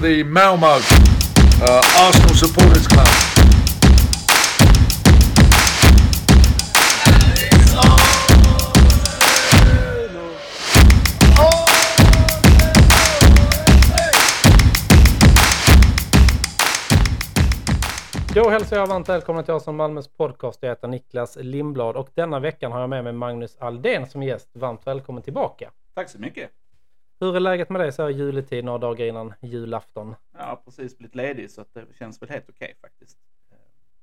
the Malmo uh, Arsenal Supporters Club. Då hälsar jag varmt välkomna till Arsenal Malmös podcast. Jag heter Niklas Lindblad och denna veckan har jag med mig Magnus Aldén som gäst. Varmt välkommen tillbaka. Tack så mycket. Hur är läget med dig så här i juletid några dagar innan julafton? Jag har precis blivit ledig så att det känns väl helt okej faktiskt. Eh,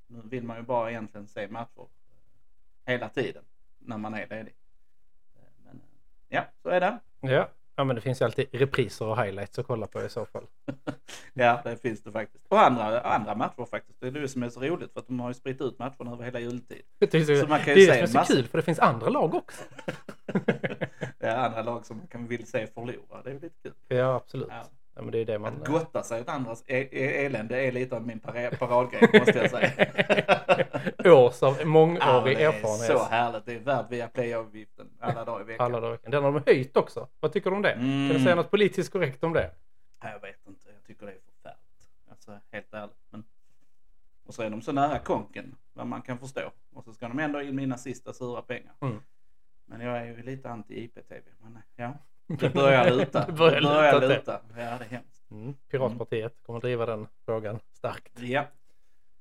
Nu vill man ju bara egentligen se matcher eh, hela tiden när man är ledig. Eh, Men eh, ja, så är det. Ja, ja men det finns ju alltid repriser och highlights att kolla på i så fall. Ja, det finns det faktiskt. Och andra, andra matcher faktiskt. Det är det som är så roligt för att de har ju spritt ut matcherna över hela jultid. Det är, Så så, man det kan ju är det se som är så massa- kul för det finns andra lag också. Det är andra lag som man kan vill se förlora. Det är ju lite kul. ja, absolut. Ja. Ja. men det är ju det man... Att gotta sig åt andras e- e- elände är lite av min para- paradgrej måste jag säga. Års av Ja, mångårig det är så erfarenhet. härligt. Det är värt via play-avgiften alla dagar i veckan. Alla dagar. i veckan. Den har de höjt också. Vad tycker du om det? Kan du Mm. säga något politiskt korrekt om det? Nej, Jag vet inte. Jag tycker det är förfärligt. Alltså helt ärligt. Men... Och så är de så nära konken. Vad man kan förstå. Och så ska de ändå in mina sista sura pengar. Mm. Men jag är ju lite anti IPTV. Men eh, ja, det börjar luta. Det börjar luta åt det. Ja, det är hemskt. Mm. Piratpartiet kommer driva den frågan starkt. Ja,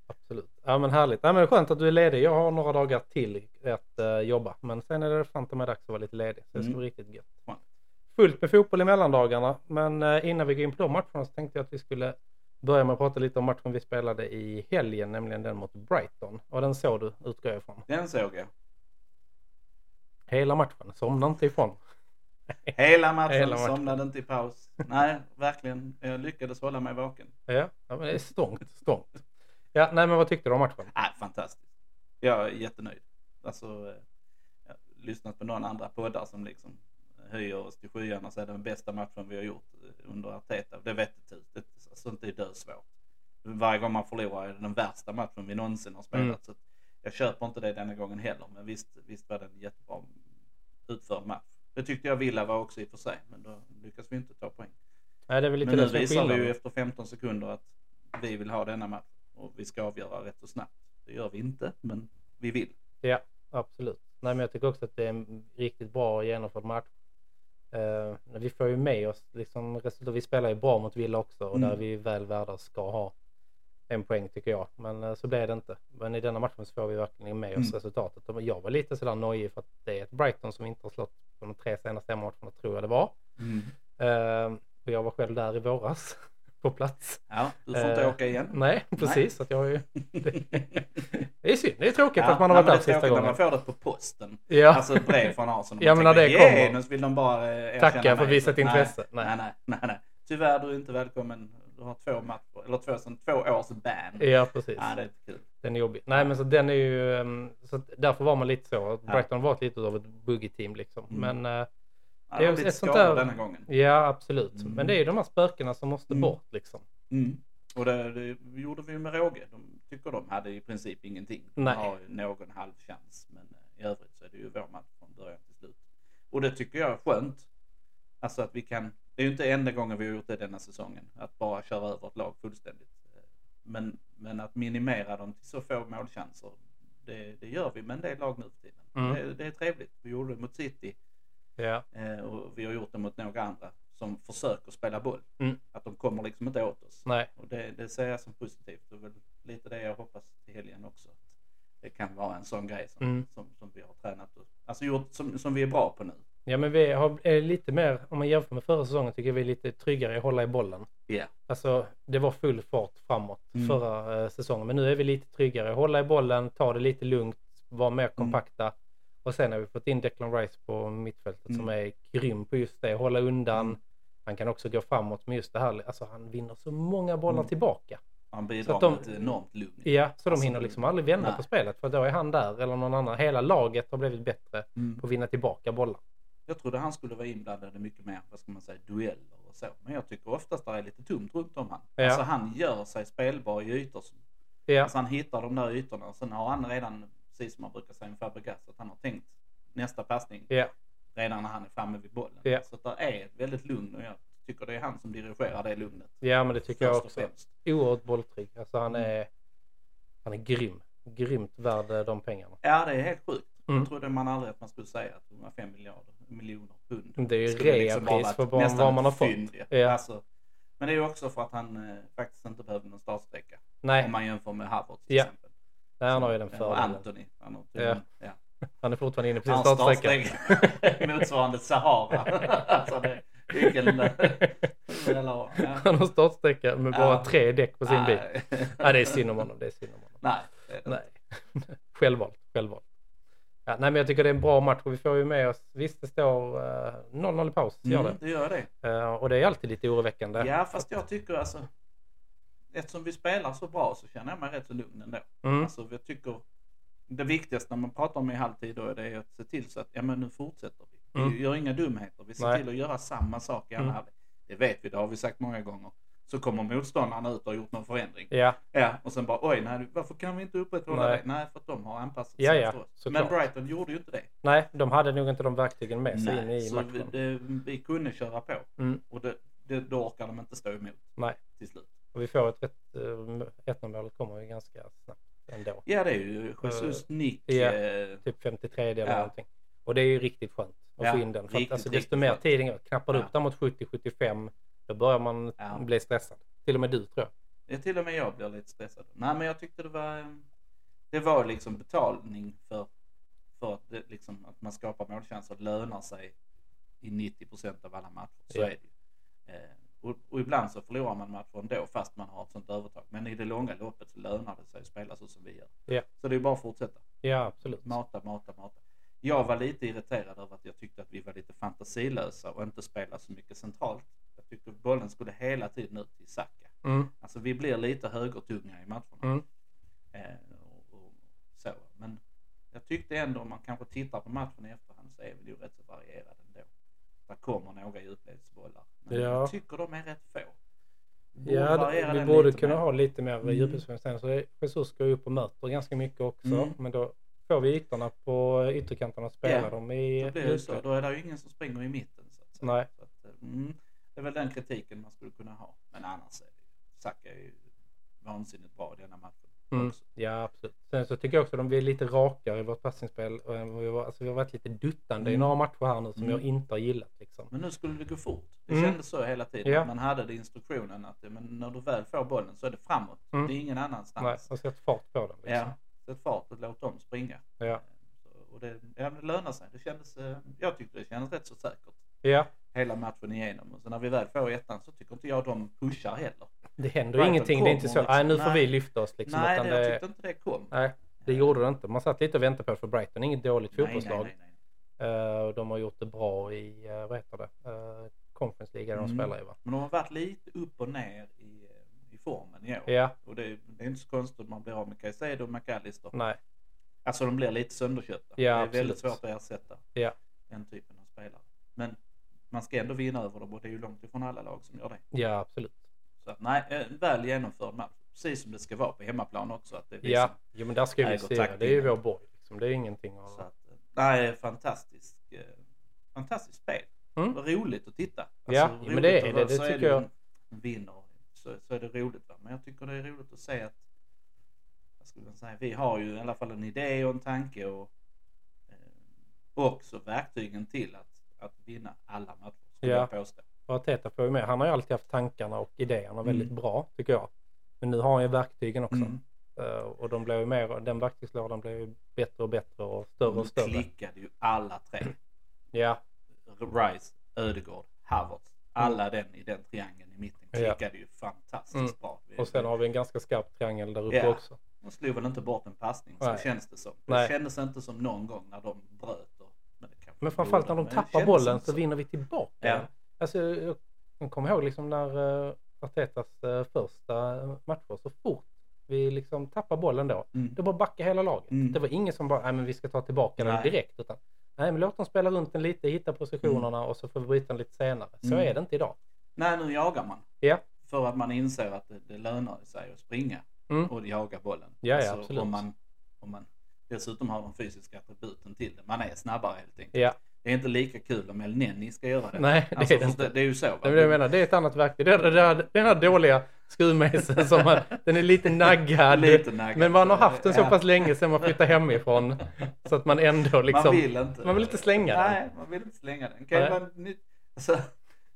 Absolut. Ja men härligt. Ja, men skönt att du är ledig. Jag har några dagar till att eh, jobba. Men sen är det fan ta mig dags att vara lite ledig. Så det ska Mm. bli riktigt gött. Skönt. Fullt med fotboll i mellandagarna. Men eh, innan vi går in på de matcherna så tänkte jag att vi skulle börja med att prata lite om matchen vi spelade i helgen. Nämligen den mot Brighton. Och den såg du utgår jag ifrån. den såg jag. Hela matchen. Somna inte ifrån. Hela matchen, Hela matchen. somnade inte i paus. Nej, verkligen. Jag lyckades hålla mig vaken. Ja, ja men det är stångt. Stångt. Ja, nej men vad tyckte du om matchen? Nej, Äh, fantastiskt. Jag är jättenöjd. Alltså, eh, jag har lyssnat på någon andra poddar som liksom höjer oss till skyarna och säger den bästa matchen vi har gjort eh, under Arteta. Det vet inte ut. Det- Sånt är dödsvårt. Varje gång man förlorar är det den värsta matchen vi någonsin har spelat. Mm. Så att jag köper inte det denna gången heller. Men visst, visst var det en jättebra utförd match. Det tyckte jag Villa var också i och för sig. Men då lyckas vi inte ta poäng. Nej, det är väl lite Men nu det som är visar vi skillnaden. ju efter 15 sekunder att vi vill ha denna match och vi ska avgöra rätt så snabbt. Det gör vi inte, men vi vill. Ja, absolut. Nej, men jag tycker också att det är en riktigt bra genomförd match. Eh, vi får ju med oss liksom, resultat. Vi spelar ju bra mot Villa också och där Mm. är vi väl värda och ska ha en poäng tycker jag. Men eh, så blev det inte. Men i denna matchen så får vi verkligen med oss Mm. resultatet. Och Jag var lite sådär nojig för att det är ett Brighton som inte har slått på de tre senaste matcherna tror jag det var. Eh, och jag var själv där i våras på plats. Ja, du får inte Eh, åka igen. Nej, precis. Att jag har ju... Det är synd. Det är tråkigt Ja, att man har nej, varit men det där är sista tråkigt när gången. man får det på posten. Ja. Alltså ett brev från Arsenal. Ja, men när Tänker, det kommer. "Genus vill de bara eh, erkänna Tacka för nej." visat intresse. Nej, nej, nej, nej, nej. Tyvärr, du är inte välkommen. Du har två matcher, eller två, sen två års ban. Ja, precis. Ja, det är inte kul. Den är jobbig. Nej, men så den är ju... ehm, Så att därför var man lite så. att Brighton var lite av ett boogie-team liksom. Mm. Men eh, Ja, Det är det är också lite ett sånt skador där- denna gången. ja, absolut. Mm. Men det är ju de här spökena som måste Mm. bort liksom. Mm. Och det, det gjorde vi ju med råge. De tycker de hade i princip ingenting. Nej. De har ju någon halv chans. Men eh, i övrigt så är det ju vår match från början till slut. Och det tycker jag är skönt. Alltså att vi kan. Det är ju inte enda gången vi har gjort det denna säsongen. Att bara köra över ett lag fullständigt. Eh, Men, men att minimera dem till så få målchanser. Det, det gör vi med en del lag nu för tiden. Mm. Det, det är trevligt. Vi gjorde det mot City. Ja, eh, Och vi har gjort det mot några andra som försöker spela boll. Mm. Att de kommer liksom inte åt oss. nej. Och det, det ser jag som positivt och väl lite det jag hoppas till helgen också. Att det kan vara en sån grej som, Mm. som, som vi har tränat och, alltså gjort, som, som vi är bra på nu. Ja, men vi har, är lite mer, om man jämför med förra säsongen, tycker jag vi är lite tryggare i att hålla i bollen. Ja. Alltså, det var full fart framåt Mm. förra eh, säsongen. Men nu är vi lite tryggare. Hålla i bollen, ta det lite lugnt, vara Mm. mer kompakta. Och sen har vi fått in Declan Rice på mittfältet som är grym på just det. Hålla undan. Mm. Han kan också gå framåt med just det här. Alltså han vinner så många bollar Mm. tillbaka. Han Så bidrar att de- med ett enormt lugn. Ja, så Alltså, de hinner liksom aldrig vända nej. på spelet. För då är han där eller någon annan. Hela laget har blivit bättre Mm. på att vinna tillbaka bollar. Jag trodde han skulle vara inblandad i mycket mer, vad ska man säga, dueller och så. Men jag tycker oftast det är lite tomt runt om han. Ja. Alltså han gör sig spelbar i ytor. Som, Ja, Alltså han hittar de där ytorna och sen har han redan, precis som man brukar säga med Fabregas, att han har tänkt nästa passning ja. redan när han är framme vid bollen. Ja. Så att det är ett väldigt lugn och jag tycker det är han som dirigerar det lugnet. Ja, men det tycker jag först och också. främst. Oerhört bolltrygg. Alltså han Mm. är, han är grym. Grymt värd eh, de pengarna. Ja, det är helt sjukt. Mm. Jag trodde man aldrig att man skulle säga att 105 miljarder, miljoner pund. Det är ju skulle liksom vara reapris ett- för vad, nästan vad man har ett fått. fynd, ja. Ja. Alltså, men det är ju också för att han eh, faktiskt inte behövde någon startsträcka. Nej, Om man jämför med Harvard till Ja. exempel. Eh, nej, han har ju den Och fördelen. Anthony. Han har tydligen, ja. Han är fortfarande inne på sin Hans startsträcka. startsträcka motsvarande Sahara. alltså det vilken... Eller, ja. Han har startsträcka med bara Ja. tre däck på sin bil. Nej. Ja, det är synd om honom. Det är synd om honom. Nej. det är det. Nej, självvalt. självvalt. Ja, nej, men jag tycker det är en bra match och vi får ju med oss. Visst, det står eh, 0-0 i paus. Gör det. Mm, det gör det. Eh, och det är alltid lite oroväckande. Ja, fast jag tycker alltså... Eftersom vi spelar så bra så känner jag mig rätt så lugn ändå. Mm. Alltså, jag tycker det viktigaste när man pratar om i halvtid då är det att se till så att ja, men nu fortsätter vi. Vi Mm. gör inga dumheter. Vi ser Nej. till att göra samma sak i andra Mm. halvlek. Det vet vi, det har vi sagt många gånger. Så kommer motståndarna ut och har gjort någon förändring. Ja, Ja, och sen bara oj, nej, varför kan vi inte upprätthålla Nej. det? Nej, för att de har anpassat sig Ja, ja, efter oss. Men såklart. Brighton gjorde ju inte det. nej, de hade nog inte de verktygen med sig in i så vi, matchen. det, vi kunde köra på Mm. och det, det, då orkar de inte stå emot Nej. till slut. Och vi får ett 1-0 målet kommer ju ganska snabbt ändå. Ja, det är ju Jesus nick. ja. eh, Typ 53 eller Ja. någonting. Och det är ju riktigt skönt att Ja, få in den. För att, riktigt, alltså, desto riktigt mer skönt. tiden går, knappar du Ja. upp där mot 70-75, då börjar man Ja. bli stressad. Till och med du tror jag. Ja, till och med jag blir lite stressad. Nej, men jag tyckte det var... eh, Det var liksom betalning för, för att, det, liksom, att man skapar målchanser. Det lönar sig i 90 procent av alla matcher. Så Ja. är det ju. Eh, och, och ibland så förlorar man matcher ändå fast man har ett sånt övertag. Men i det långa loppet så lönar det sig att spela så som vi gör. Ja. Så det är bara att fortsätta. Ja, absolut. Mata, mata, mata. Jag var lite irriterad över att jag tyckte att vi var lite fantasilösa och inte spelade så mycket centralt. Jag tyckte bollen skulle hela tiden ut till Saka. Mm. Alltså vi blir lite högertunga i matcherna. Mm. Eh, och, och så. Men jag tyckte ändå om man kanske tittar på matchen i efterhand så är vi ju rätt så varierade ändå. Där kommer några djupledsbollar. Men Ja. jag tycker de är rätt få. Borde Ja, variera vi den borde lite kunna mer. ha lite mer Mm. djupledsfunktion sen. Så det- Jesus går ju upp och möter ganska mycket också. Mm. Men då får vi ytorna på ytterkanterna och spelar Ja, dem i Då, blir det ju så. djupled. då är det ju ingen som springer i mitten. Så att säga. Nej. Så att, eh, mm, det är väl den kritiken man skulle kunna ha. Men annars är det ju, Saka är ju vansinnigt bra i denna matchen. Mm. Också. Ja, absolut. Sen så tycker jag också att vi är lite rakare i vårt passningsspel. och än vad vi var- Alltså, vi har varit lite duttande i Mm. några matcher här nu som Mm. jag inte har gillat. Liksom. Men nu skulle det gå fort. Det Mm. kändes så hela tiden. Ja. Att man hade det i instruktionen att eh, men när du väl får bollen så är det framåt. Mm. Det är ingen Nej, annanstans. och sätt fart på den. Liksom. Ja, sätt fart och låt dem springa. Ja. Så, och det, ja, det lönar sig. Det kändes, eh, jag tyckte det kändes rätt så säkert Ja. hela matchen igenom. Och så när vi väl får ettan så tycker inte jag de pushar heller. det händer Brighton ingenting. Det är inte kommer så liksom. nej, nu får Nej. vi lyfta oss. Liksom, nej, utan det, jag tyckte inte det kom. nej, det gjorde det inte. Man satt lite och väntade på det för Brighton. Inget dåligt Nej, nej, fotbollslag. nej, nej. Eh, och de har gjort det bra i, eh, vad heter det, uh, Conference League där de Mm. spelar i va? Men de har varit lite upp och ner i, eh, i formen i år. Ja, Och det, det är inte så konstigt att man blir av med Caicedo och McAllister. nej. Alltså de blir lite sönderköpta. Ja, det är väldigt absolut. svårt att ersätta Ja. den typen av spelare. Men man ska ändå vinna över dem och det är ju långt ifrån alla lag som gör det. Ja, absolut. Så att, nej, en väl genomförd match. Precis som det ska vara på hemmaplan också. Att det är vi Ja, som- jo, men där ska vi Nej, går se. takt Det är ju in. vår borg. Liksom. Det är ingenting Så att... att, eh, nej, fantastisk, eh, fantastiskt spel. Mm. Vad Roligt att titta. Alltså, Ja, jo, men det är att- det, det så tycker det jag. en Vinner så, så är det roligt. Va? Men jag tycker det är roligt att se att vad ska man säga, vi har ju i alla fall en idé och en tanke och eh, också verktygen till att, att vinna alla matcher. Skulle Ja. jag påstå. Och Arteta får ju med. Han har ju alltid haft tankarna och idéerna väldigt Mm. bra, tycker jag. Men nu har han ju verktygen också. Mm. Eh, och de blir ju mer, den verktygslådan blir ju bättre och bättre och större Nu och större. klickade ju alla tre. Ja, Rice, Ödegård, Havertz. Alla den i den triangeln i mitten Ja. klickade ju fantastiskt Mm. bra. Vi- och sen har vi en ganska skarp triangel där uppe Ja. också. De slog väl inte bort en passning, så Nej. känns det som. Det Nej. kändes inte som någon gång när de bröt. Och, men, det kanske Men framförallt när gjorde, de men det tappar kändes bollen inte så så. vinner vi tillbaka Ja. den. Alltså, jag- jag kommer ihåg liksom när eh, Artetas eh, första matcher, så fort vi liksom tappar bollen då, Mm. då bara backar hela laget. Mm. Det var ingen som bara, nej men vi ska ta tillbaka den Nej. direkt. Utan, nej men låt dem spela runt den lite, hitta positionerna och så får vi bryta den lite senare. Så Mm. är det inte idag. Nej, nu jagar man. Ja. För att man inser att det, det lönar sig att springa Mm. och jaga bollen. Alltså, Ja, ja, absolut. Om man, om man dessutom har de fysiska attributen till det. Man är snabbare helt enkelt. Ja, Det Det är inte lika kul om El Nenni ska göra det. Nej, det alltså, är det det, inte. det är ju så. Va? Det är det jag menar, det är ett annat verktyg. Det är det där, den här dåliga skruvmejseln som man, den är lite naggad. Lite naggad. Men man har haft den så Ja. pass länge sedan man flyttade hemifrån. Så att man ändå liksom... man vill inte. man vill inte slänga den. Nej, man vill inte slänga den. Kan Nej. man, ny- alltså,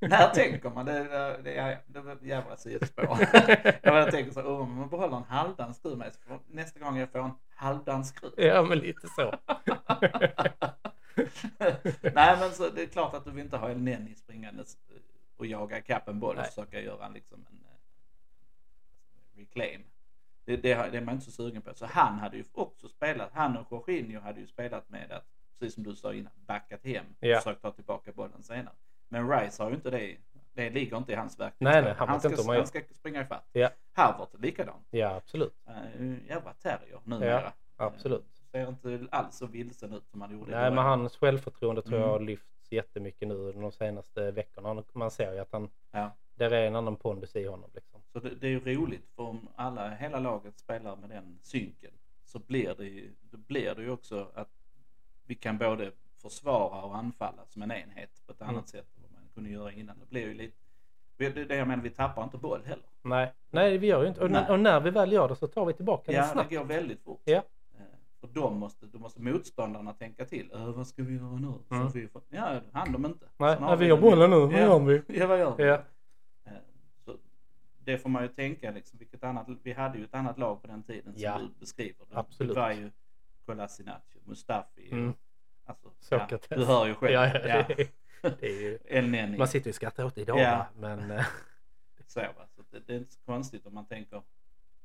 när tänker man? Det, det, det, är- det var ett jävla sidospår. jag bara tänker så här, om man behåller en halvdan skruv med så får- nästa gång jag får en halvdan skruv. Ja, men lite så. Nej, men så, det är klart att du vill inte ha El Nenni springandes eh, och jaga ikapp en boll och Nej. försöka göra en, liksom en eh, reclaim. Det, det, har- det är man inte så sugen på. Så han hade ju också spelat, han och Jorginho hade ju spelat med att, precis som du sa innan, backat hem och Ja. försökt ta tillbaka bollen senare. Men Rice har ju inte det, det ligger inte i hans verktyg. Nej, nej, han vet ska, inte om han han gör. ska springa ifatt. Ja. Harvard är likadant. Ja, absolut. Uh, jävla terrier numera. Absolut. Eh, Ser inte alls så vilsen ut som han gjorde i Nej, början. men hans självförtroende tror jag Mm. har lyfts jättemycket nu de senaste veckorna. Han- Man ser ju att han... Ja. Där är en annan pondus i honom liksom. Så det, det är ju roligt för om alla, hela laget spelar med den synken så blir det ju, då blir det ju också att vi kan både försvara och anfalla som en enhet på ett Mm. annat sätt än vad man kunde göra innan. Det blir ju lite, det är det jag menar, vi tappar inte boll heller. Nej, nej vi gör ju inte. Och, Nej. och när vi väl gör det så tar vi tillbaka den Ja, snabbt. det går väldigt fort. Ja. Eh, Och de måste, då måste motståndarna tänka till. "Äh, Vad ska vi göra nu? Så Mm. vi får, ja, det hann de inte. Nej, Sen nej, vi vi har den bollen nu. igen. Vad Ja. gör vi? Ja, vad gör vi? Ja. Eh, Så det får man ju tänka liksom, vilket annat, vi hade ju ett annat lag på den tiden Ja. som du beskriver. Det Absolut. var ju Kolasinac, Mustafi, och- Mm. alltså, ja, Sokrates. du hör ju själv. Ja, ja, det, det är ju... El Neni. Man sitter ju och skrattar åt det idag, Ja. va? men eh, Så, va? Så det, det är inte så konstigt om man tänker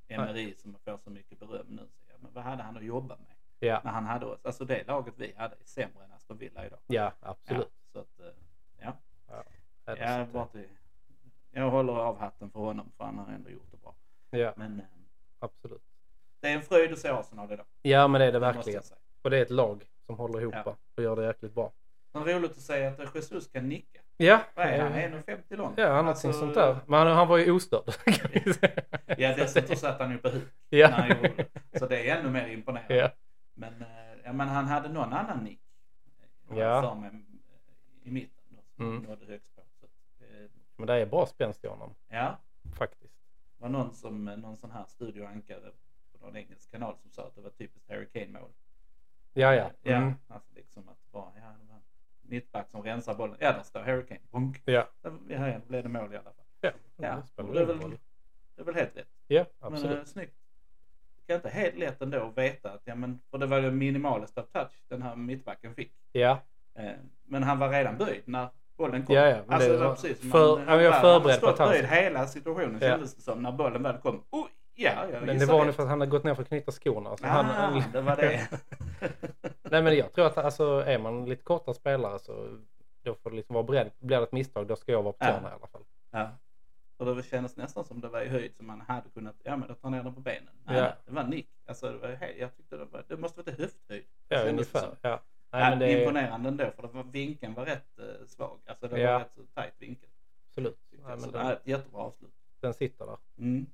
MRI som får så mycket beröm nu. Så, ja, men vad hade han att jobba med? ja, När han hade oss, alltså det laget vi hade är sämre än Aston Villa idag. ja, Ja, absolut. så att, eh, ja. Ja, det Ja, är så bara att, till, jag håller av hatten för honom för han har ändå gjort det bra. eh, ja, Men eh, absolut. det är en fröjd att se Arsenal idag. Ja, men det är det Det måste verkligen. jag säga. Och det är ett lag som håller ihop Ja. va? och gör det jäkligt bra. Men roligt att säga att Jesus kan nicka. Ja, Vad är han? eh, 1,50 lång? Alltså, ja någonting sånt där. Men han, han var ju ostörd. kan vi säga. Ja, dessutom satt han ju på huk när han ja. gjorde det. Så det är ännu mer imponerande. ja, Men, eh, ja, men han hade någon annan nick. eh, Ja. För mig, eh, I mitten då, som Mm. nådde högst på. Så, eh, men det är bra spänst i honom ja, faktiskt. det var någon, som, eh, någon sån här studioankare på någon engelsk kanal som sa att det var typiskt Harry Kane-mål. Ja, ja. Mm. Ja, alltså liksom att bara, ja, det var en mittback som rensar bollen. Ja, där står Harry Kane. Bonk. Ja. Ja, ja, då blev det mål i alla fall. Ja, Ja, det spelar och det är ingen väl, roll. det är väl helt rätt. ja Men absolut. eh, snyggt. Det är inte helt lätt ändå att veta att, ja men, för det var ju minimalist av touch den här mittbacken fick. Ja, Eh, men han var redan böjd när bollen kom. Ja, ja, men alltså, det det var var- precis. som för- han- ja, men jag han förberedde hade stått på att han- böjd hela situationen Ja. kändes det som när bollen väl kom. Oh, ja, jag men det gissar var rätt. nog för att han hade gått ner för att knyta skorna. Så Ah, han, han- det var det. Nej men jag tror att alltså, är man lite kortare spelare så då får det liksom vara beredd. Blir det ett misstag då ska jag vara på Ja. tårna i alla fall. ja. Och det kändes nästan som det var i höjd som man hade kunnat, ja men då tar ner den på benen. Nej, Ja. nej, Det var nick. Alltså, det var, helt- jag tyckte det, var, det måste varit i höfthöjd. Ja, Kändes det som. ungefär. Ja. Nej, ja, men det är Imponerande ändå för det var, vinkeln var rätt eh, svag. Alltså det Ja. var rätt så tajt vinkel. absolut. tyckte Nej, jag. Så men det var den, ett jättebra avslut. den sitter där. Mm.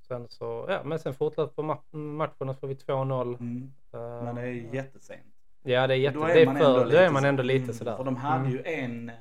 Sen så, ja, men sen fortlöper ma- matchen och så får vi 2-0. Mm. Eh, Men det är ju jättesent. Ja det är jätte, Då det är för, då är lite man så- ändå lite mm, sådär. För de hade Mm. ju en, eh,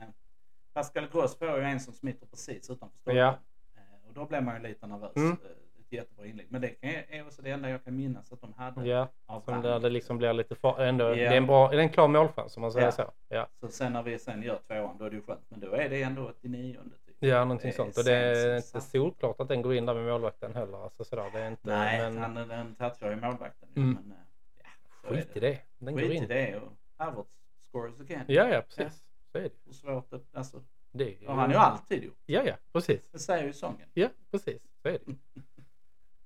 Pascal Gross får ju en som smiter precis utanför stolpen. Ja. Eh, Och då blev man ju lite nervös. Mm. Eh, Ett jättebra inlägg. Men det kan jag, är också det enda jag kan minnas att de hade. Ja, av som hand. där det liksom blir lite far, ändå, Ja. det är en bra, det är en klar målchans om man säger Ja. så. Ja, Så sen när vi sen gör tvåan då är det ju skönt. Men då är det ändå 89 typ. ja någonting Det är sånt. Och det är sent som inte satan. solklart att den går in där med målvakten heller. Alltså sådär, det är inte, Nej, men han, den touchar ju målvakten. ju, Mm. Men, eh, ja, så är skit i det. Den går Skit i in. det och Havertz scores again. Ja, ja precis. Så är det. Och svårt att, alltså, det är ju- det har han ju alltid gjort. Ja, ja, precis. Det säger ju sången. Ja, precis. Så är det ju.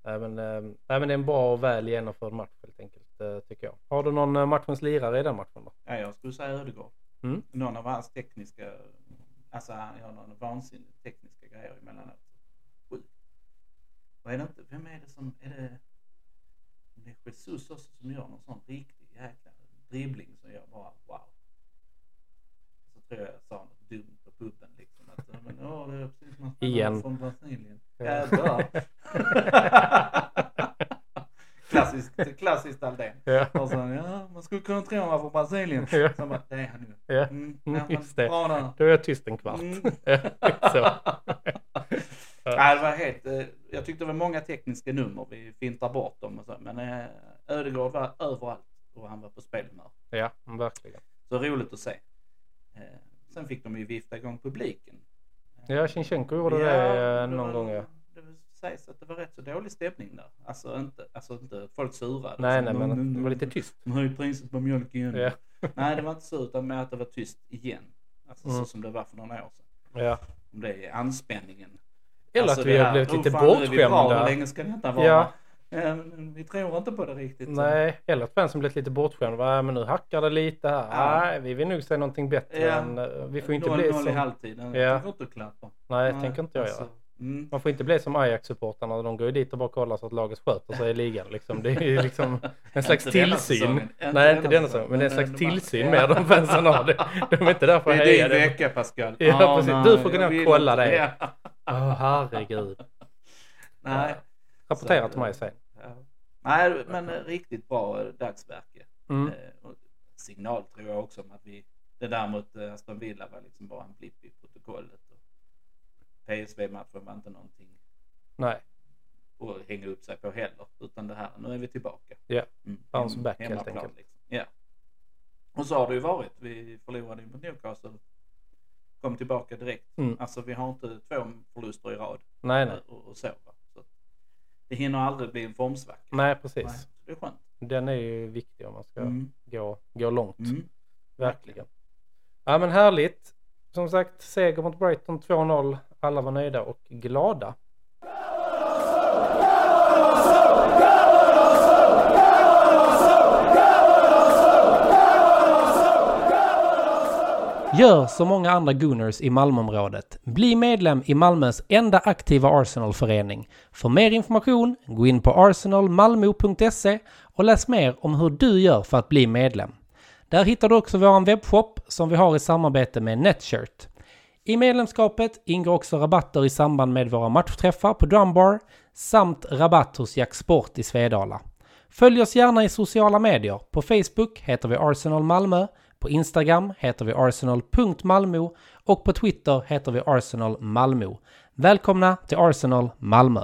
Nej, men, eh, nej, men det är en bra och väl genomförd match helt enkelt, eh, tycker jag. Har du någon eh, matchens lirare i den matchen då? Ja, jag skulle säga Ödegaard. Mm. Någon av hans tekniska, alltså han gör någon vansinnig tekniska grejer emellanåt. Sjukt. Och är det inte, vem är det som, är det, det är Jesus också som gör någon sån riktig jäkla dribbling som gör bara wow. Så tror jag jag sa något dumt på puben liksom. Att, ja, men, åh, det är precis som man spelar Igen. från Brasilien. Ja. Jävlar. Klassisk Så Klassiskt Aldén. Ja. Och sen, Alltså, ja, man skulle kunna tro att han var från Brasilien. Ja. Sen bara, det är han ju. Ja. Mm, Mm, ja, men just det. Bra där. Då är jag tyst en kvart. Mm. Så. Nej, det var helt, eh, jag tyckte det var många tekniska nummer, vi fintar bort dem och så. Men eh, Ödegård var överallt och han var på spelhumör. Ja, men verkligen. Så roligt att se. Eh, sen fick de ju vifta igång publiken. Ja, Shinchenko gjorde Ja, det eh, det någon var- gång. Ja. Det sägs att det var rätt så dålig stämning där. Alltså inte, alltså inte att folk surade. Nej, nej, Alltså, "Nu, men nu, det var nu, lite tyst. De höjer priset på mjölk igen. Ja. Nej, det var inte så utan med att det var tyst igen. Alltså Mm. så som det var för några år sedan. Ja. Om det är anspänningen. Eller Alltså, att det vi har här, blivit "Oh, lite fan, nu är vi bra, Hur bortskämda. länge ska detta vara? Ja, Eh, men vi tror inte på det riktigt. nej. Eller att fansen blivit lite bortskämda. Va, men nu hackar det lite här. Ja. Nej, vi vill nog se någonting bättre. Ja. Än, eh, vi får inte 0-0 bli i som... halvtiden. Ja. Det går inte att klappa. Nej, tänker inte jag göra. alltså, mm. Man får inte bli som Ajax-supportrarna. De går ju dit och bara kollar så att laget sköter sig i ligan. Liksom. Det är ju liksom en slags Inte Alltså, denna tillsyn. säsongen. Inte Nej, inte denna denna säsongen. säsongen. Men det är en Men, slags eh, de tillsyn andra- med de fansen har det. De är inte där för Det att är heja. din Det vecka Pascal. Ja, Ah, precis. nej, Du får gå ner jag och vill kolla inte. det. Ja. Åh, herregud. Nej. Rapportera Så- till mig sen. Ja. Nej, men eh, riktigt bra eh, dagsverke. Mm. Eh, och signal tror jag också om att vi... Det där mot eh, Aston Villa var liksom bara en blipp i protokollet. Och PSV-matchen var inte någonting Nej, att hänga upp sig på heller. Utan det här, nu är vi tillbaka. Ja, Mm, bounce hem- back helt hemmaplan enkelt. Liksom. Ja. Och så har det ju varit. Vi förlorade ju mot Newcastle. Kom tillbaka direkt. Mm. Alltså vi har inte två förluster i rad. nej, nej. Och, och så, va? så att Det hinner aldrig bli en formsvacka. Nej, Nej, precis. Det är skönt. Den är ju viktig om man ska Mm. gå, gå långt. Mm. Verkligen. Ja, men härligt. Som sagt, seger mot Brighton 2-0. Alla var nöjda och glada. Gör som många andra Gunners i Malmöområdet. Bli medlem i Malmös enda aktiva Arsenalförening. För mer information, gå in på arsenalmalmo.se och läs mer om hur du gör för att bli medlem. Där hittar du också vår webbshop som vi har i samarbete med Netshirt. I medlemskapet ingår också rabatter i samband med våra matchträffar på Drumbar samt rabatt hos Jack Sport i Svedala. Följ oss gärna i sociala medier. På Facebook heter vi Arsenal Malmö, på Instagram heter vi arsenal.malmo och på Twitter heter vi Arsenal Malmö. Välkomna till Arsenal Malmö!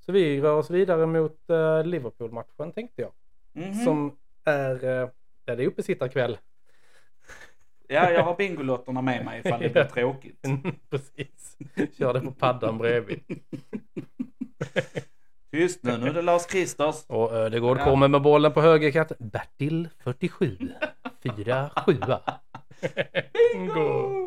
Så vi rör oss vidare mot eh, Liverpool-matchen tänkte jag. Mhm. Som är, eh, ja, det är uppesittarkväll. Ja, jag har Bingolotterna med mig ifall det blir tråkigt. Mm. Precis. Kör det på paddan bredvid. Tyst nu, nu är det Lars Kristers. Och Ödegård Ja. kommer med bollen på högerkant. Bertil 47. 4-7. Bingo!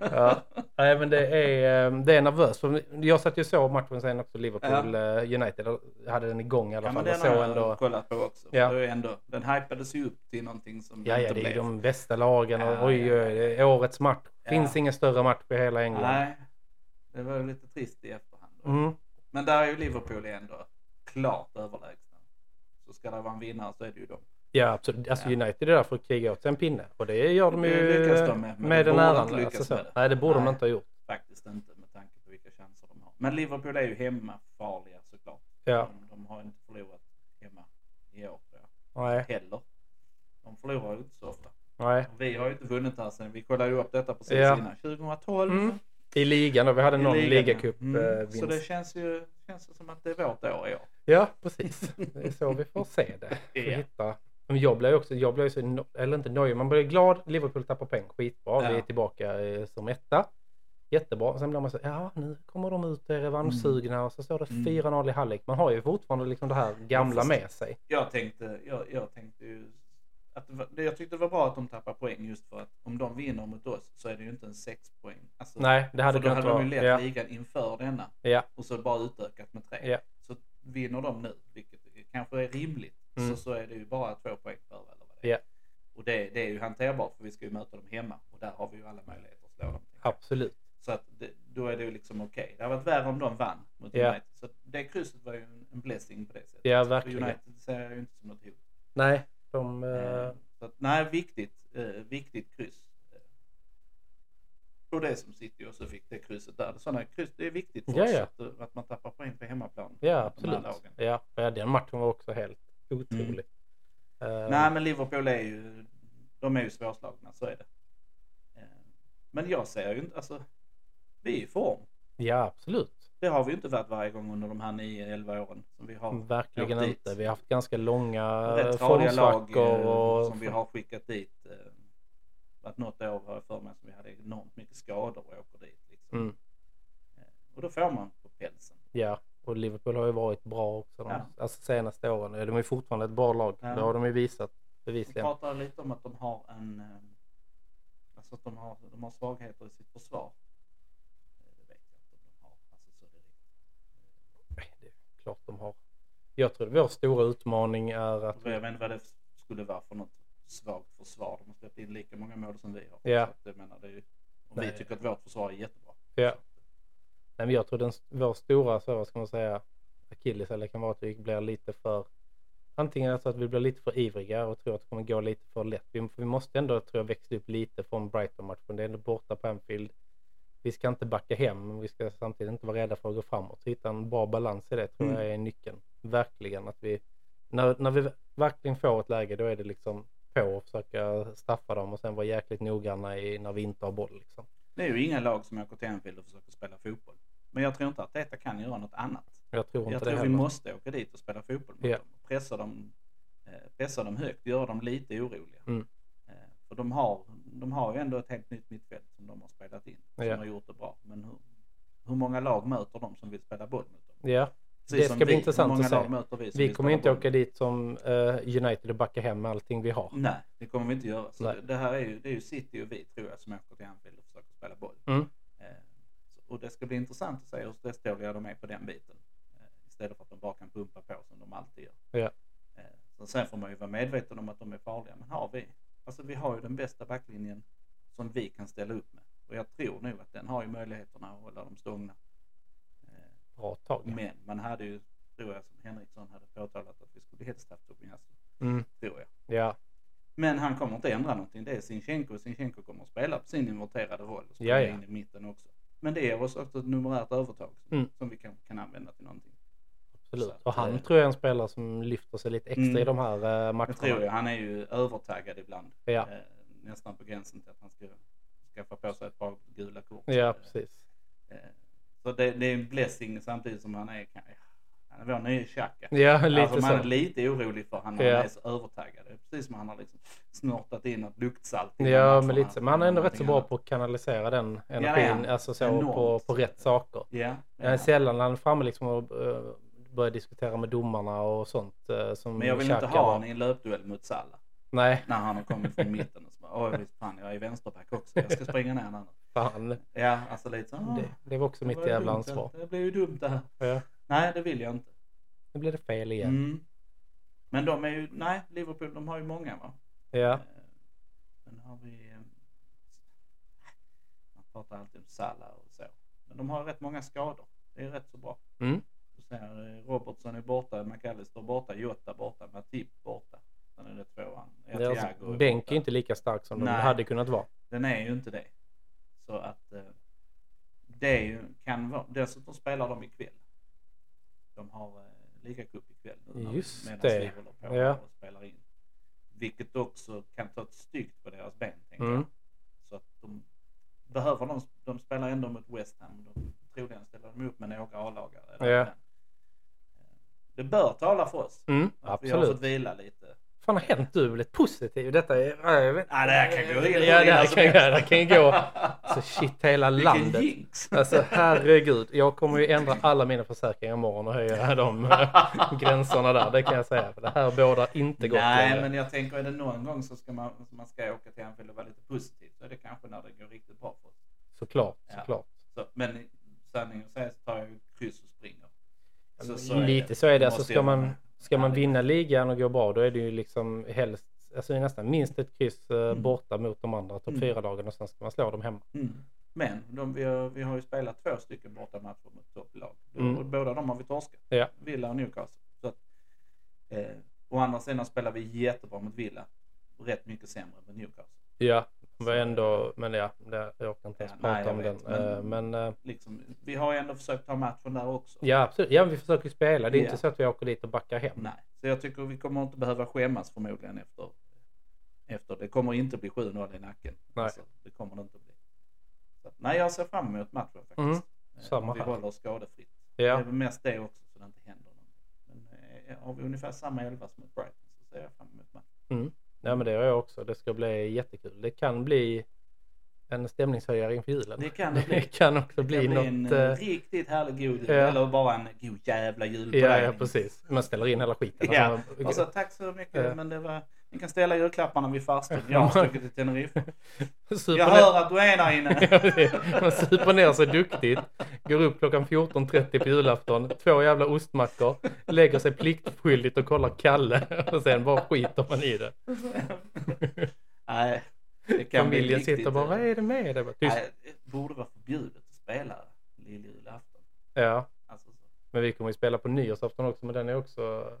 Ja. Nej men det är, eh, det är nervöst. För Jag satt ju och såg matchen sen också. Liverpool eh, United Jag hade den igång i alla Ja, fall. men den och så har jag ändå. kollat på också. Ja. Ja. Det är ändå, den hypades ju upp till någonting som Ja, ja, inte det är ju blev. de bästa lagen. Ja, och, oj, ja, ja. oj, det är årets match. Ja. Finns ingen större match i hela England. Nej, det var ju lite trist i efterhand. Mm. Men där är ju Liverpool ändå klart överlägsna. Så ska det vara en vinnare så är det ju de. Ja, absolut. Alltså Ja. United är där för att kriga åt sig en pinne. Och det gör de Det ju lyckas de med, med, men de den borde äran. inte lyckas Alltså, så. med det. Nej, det borde de Nej. inte ha gjort. Faktiskt inte med tanke på vilka chanser de har. Men Liverpool är ju hemmafarliga såklart. Ja, De, de har inte förlorat hemma i år tror jag. nej, heller. De förlorar ju inte så ofta. nej. Vi har ju inte vunnit här sen. Vi kollade ju upp detta precis Ja. innan. 2012. Mm. I ligan då, vi hade I någon eh, ligan, ja. Mm. ligacupvinst. Så det känns ju känns ju som att det är vårt år i år. Ja, precis. Det är så vi får se det. Får Ja. hitta. Men jag blev ju också, jag blev ju så, no- eller inte nöjd, man blir glad, Liverpool tappar poäng, skitbra, Ja. vi är tillbaka eh, som etta. Jättebra, sen blir man så, ja nu kommer de ut och är revanschsugna och så står det Mm. 4-0 i halvlek. Man har ju fortfarande liksom det här gamla fast- med sig. Jag tänkte, jag, jag tänkte ju att det var, det- jag tyckte det var bra att de tappar poäng just för att om de vinner mot oss så är det ju inte en sex poäng. Alltså, Nej, det hade för då kunnat hade de vara... ju lett Ja, ligan inför denna ja, och så bara utökat med tre. Ja. Så vinner de nu, vilket kanske är rimligt, Mm. så, så är det ju bara två poäng för eller vad det är. Ja. Och det, det är ju hanterbart för vi ska ju möta dem hemma och där har vi ju alla möjligheter att slå dem. absolut. Så att det, då är det ju liksom okej. Det hade varit värre om de vann mot Ja. United. Så det krysset var ju en, en blessing på det sättet. Ja, För verkligen. United ser jag ju inte som något hot. Nej, de... eh, Eh, Så att, nej, viktigt, eh, viktigt kryss. på det som City och så fick det krysset där. Sådana kryss, det är viktigt för Ja, oss ja. Att, att man tappar poäng på hemmaplan. Ja, De här absolut. lagen. Ja, ja, den matchen var också helt otrolig. Eh, Mm. Nej, men Liverpool är ju, de är ju svårslagna, så är det. Eh, Men jag ser ju inte, alltså, vi är i form. Ja, absolut. Det har vi ju inte varit varje gång under de här 9-11 åren som vi Mm. har. Verkligen åkt inte. dit. Vi har haft ganska långa eh, Rätt tradiga lag formsvackor. eh, Och... som vi har skickat dit. eh, Att något år har jag för mig som vi hade enormt mycket skador och åker dit. Liksom. Mm. Eh, Och då får man på pälsen. Ja, och Liverpool har ju varit bra också de Ja. alltså, senaste åren. De är ju fortfarande ett bra lag. Ja. Det har de ju visat Vi bevisligen. pratade lite om att de har en... eh, Alltså att de har, de har svagheter i sitt försvar. Eh, Det vet jag inte om de har. Alltså så det Nej, Det är klart de har. Jag tror vår stora utmaning är att... är, jag vet inte vad det skulle vara för något svagt försvar. De har släppt in lika många mål som vi har. Ja. Så att jag menar, det är ju, och Nej. vi tycker att vårt försvar är jättebra. Ja. Nej, men jag tror den, vår stora, så vad ska man säga, akilleshäl kan vara att vi blir lite för... Antingen alltså att vi blir lite för ivriga och tror att det kommer gå lite för lätt. Vi, vi måste ändå, tror jag, växla upp lite från Brighton-matchen. Det är ändå borta på Anfield. Vi ska inte backa hem, men vi ska samtidigt inte vara rädda för att gå framåt. Så hitta en bra balans i det tror Mm. jag är nyckeln. Verkligen att vi... När, när vi verkligen får ett läge, då är det liksom på och försöka straffa dem och sen vara jäkligt noggranna i, när vi inte har boll. Liksom. Det är ju inga lag som åker till Anfield och försöker spela fotboll. Men jag tror inte att detta kan göra något annat. Jag tror inte Jag det tror vi heller. måste åka dit och spela fotboll mot Ja. dem. Pressa dem, eh, pressa dem högt, göra dem lite oroliga. Mm. Eh, För de har, de har ju ändå ett helt nytt mittfält som de har spelat in. Som Ja. har gjort det bra. Men hur, hur många lag möter de som vill spela boll mot dem? Ja, Precis Det som ska bli vi. intressant hur många att se. lag möter vi som Vi vill kommer spela inte boll? åka dit som eh, United och backa hem med allting vi har. Nej, det kommer vi inte göra. Så Nej. det, det här är ju, det är ju City och vi tror jag som åker till Anfield och försöker spela boll. Mm. Eh, så- Och det ska bli intressant att se hur stresståliga de är på den biten. Eh, Istället för att de bara kan pumpa på som de alltid gör. Ja. Eh, Så sen får man ju vara medveten om att de är farliga. Men har vi, alltså vi har ju den bästa backlinjen som vi kan ställa upp med. Och jag tror nog att den har ju möjligheterna att hålla dem stångna. Eh, Bra tag. Men man hade ju, tror jag, som Henriksson hade påtalat att vi skulle helst haft Tobias, Mm. tror jag. Ja, Men han kommer inte ändra någonting. Det är Sinchenko. Sinchenko kommer att spela på sin inverterade roll. Och spela Ja, ja. in i mitten också. Men det ger oss också ett numerärt övertag som, Mm. som vi kan, kan använda till någonting. absolut. Så att, Och han eh, tror jag är en spelare som lyfter sig lite extra Mm. i de här eh, Det matcherna. tror jag. Han är ju övertaggad ibland. Ja. Eh, nästan på gränsen till att han ska skaffa på sig ett par gula kort. ja, Eh, precis. eh, så det, det är en blessing samtidigt som han är, kan, eh, han är vår nya Xhaka. Ja, lite alltså man är så. lite orolig för honom när Ja. han är så övertaggad. Det är precis som han har liksom snortat in något luktsalt. i Ja, matcherna. men lite så. Men han är ändå rätt så Någonting bra annat. på att kanalisera den det är energin. han. alltså så Enormt. på, på rätt saker. Ja, Det är Sällan han är framme liksom och eh, börjar diskutera med domarna och sånt. eh, som Men jag vill inte Xhaka ha var. honom i en löpduell mot Salah. Nej, När han har kommit från mitten och så bara, åh visst fan jag är vänsterback också, jag ska springa ner honom. fan. Ja, alltså lite så, "Ah, Det, det var också det mitt var ju jävla dumt ansvar. Det, det blir ju dumt det här. Ja, Nej, det vill jag inte. nu blev det fel igen. Mm. Men de är ju, nej, Liverpool de har ju många va? Ja, Eh, Sen har vi, eh, man pratar alltid om Salah och så. Men de har rätt många skador, det är rätt så bra. Mm. Du ser, eh, Robertson är borta, McAllister borta, Jota borta, Matip borta. Sen är det tvåan. Ja, deras Thiago är bänk borta. är inte lika stark som de Nej. hade kunnat vara. Den är ju inte det. Så att eh, det är ju, kan vara, dessutom spelar de ikväll. De har eh, ligacup ikväll nu när vi- Just medans det. vi håller på Ja. och spelar in. Vilket också kan ta ett styggt på deras ben tänker Mm. jag. Så att de behöver de, de spelar ändå mot West Ham. De, troligen ställer de upp med några A-lagare. eller Ja. något annat. Eh, Det bör tala för oss. Mm, Att vi har absolut. fått vila lite. fan har hänt? Du är väl ett positiv? Detta är... Ja, jag vet- Ja, det här kan gå alltså. hur Ja, det illa här som kan, helst. det här kan ju gå. Så shit, hela Vilken landet. jinx! Alltså herregud, jag kommer ju ändra alla mina försäkringar imorgon och höja de eh, gränserna där. Det kan jag säga. För det här bådar inte gott Nej, längre. men jag tänker är det någon gång så ska man, så man ska åka till Anfield och vara lite positiv så är det kanske när det går riktigt bra för oss. Såklart, Ja. såklart. Så, men sanningen säger så tar jag ju kryss och springer. Så, så är Lite så är det. Det Alltså, måste ska, jag man, med. ska man Ja, det- vinna ligan och gå bra då är det ju liksom helst, alltså det är nästan minst ett kryss eh, Mm. borta mot de andra topp Mm. fyra lagen och sen ska man slå dem hemma. Mm. Men de, vi, har, vi har ju spelat två stycken bortamatcher mot topplag. Mm. Och båda de har vi torskat. Ja. Villa och Newcastle. Så att, eh, å andra sidan spelar vi jättebra mot Villa. och Rätt mycket sämre mot Newcastle. Ja, var ändå, men ja, det, jag orkar inte ens Ja, prata nej, jag om vet, den. Eh, Men, men- eh, Liksom, vi har ju ändå försökt ta matchen där också. ja, absolut. Ja, men vi försöker ju spela. Det är inte Ja. så att vi åker dit och backar hem. Nej, så jag tycker vi kommer inte behöva skämmas förmodligen efter. efter. Det kommer inte bli 7-0 i nacken. Alltså, Nej. det kommer det inte bli. Så, att- nej, jag ser fram emot matchen faktiskt. Mm, Eh, samma om vi här. håller oss skadefritt. Det Ja, är väl mest det också så det inte händer någonting. Men eh, har vi ungefär samma elva som mot Brighton så ser jag fram emot matchen. nej, men det gör jag också. Det ska bli jättekul. Det kan bli en stämningshöjare inför julen. Det kan det bli. kan också Det bli kan något... en eh, riktigt härlig god jul. ja. Eller bara en god jävla julberedning. ja, ja, precis. Man ställer in hela skiten. Ja, Alltså, och så tack så mycket. Ja. Men det var, ni kan ställa julklapparna vid farstun. Jag har stuckit till Teneriffa. super Alltså, Jag hör att du är där inne. Man super ner sig duktigt, går upp klockan 14.30 på julafton, två jävla ostmackor, lägger sig pliktskyldigt och kollar Kalle och sen bara skiter man i det. Nej, det kan bli Familjen riktigt- eh, sitter bara, vad är det med dig? Bara, Tyst. Nej, det borde vara förbjudet att spela lilljulafton. Ja, Alltså, så. men vi kommer ju spela på nyårsafton också, men den är också...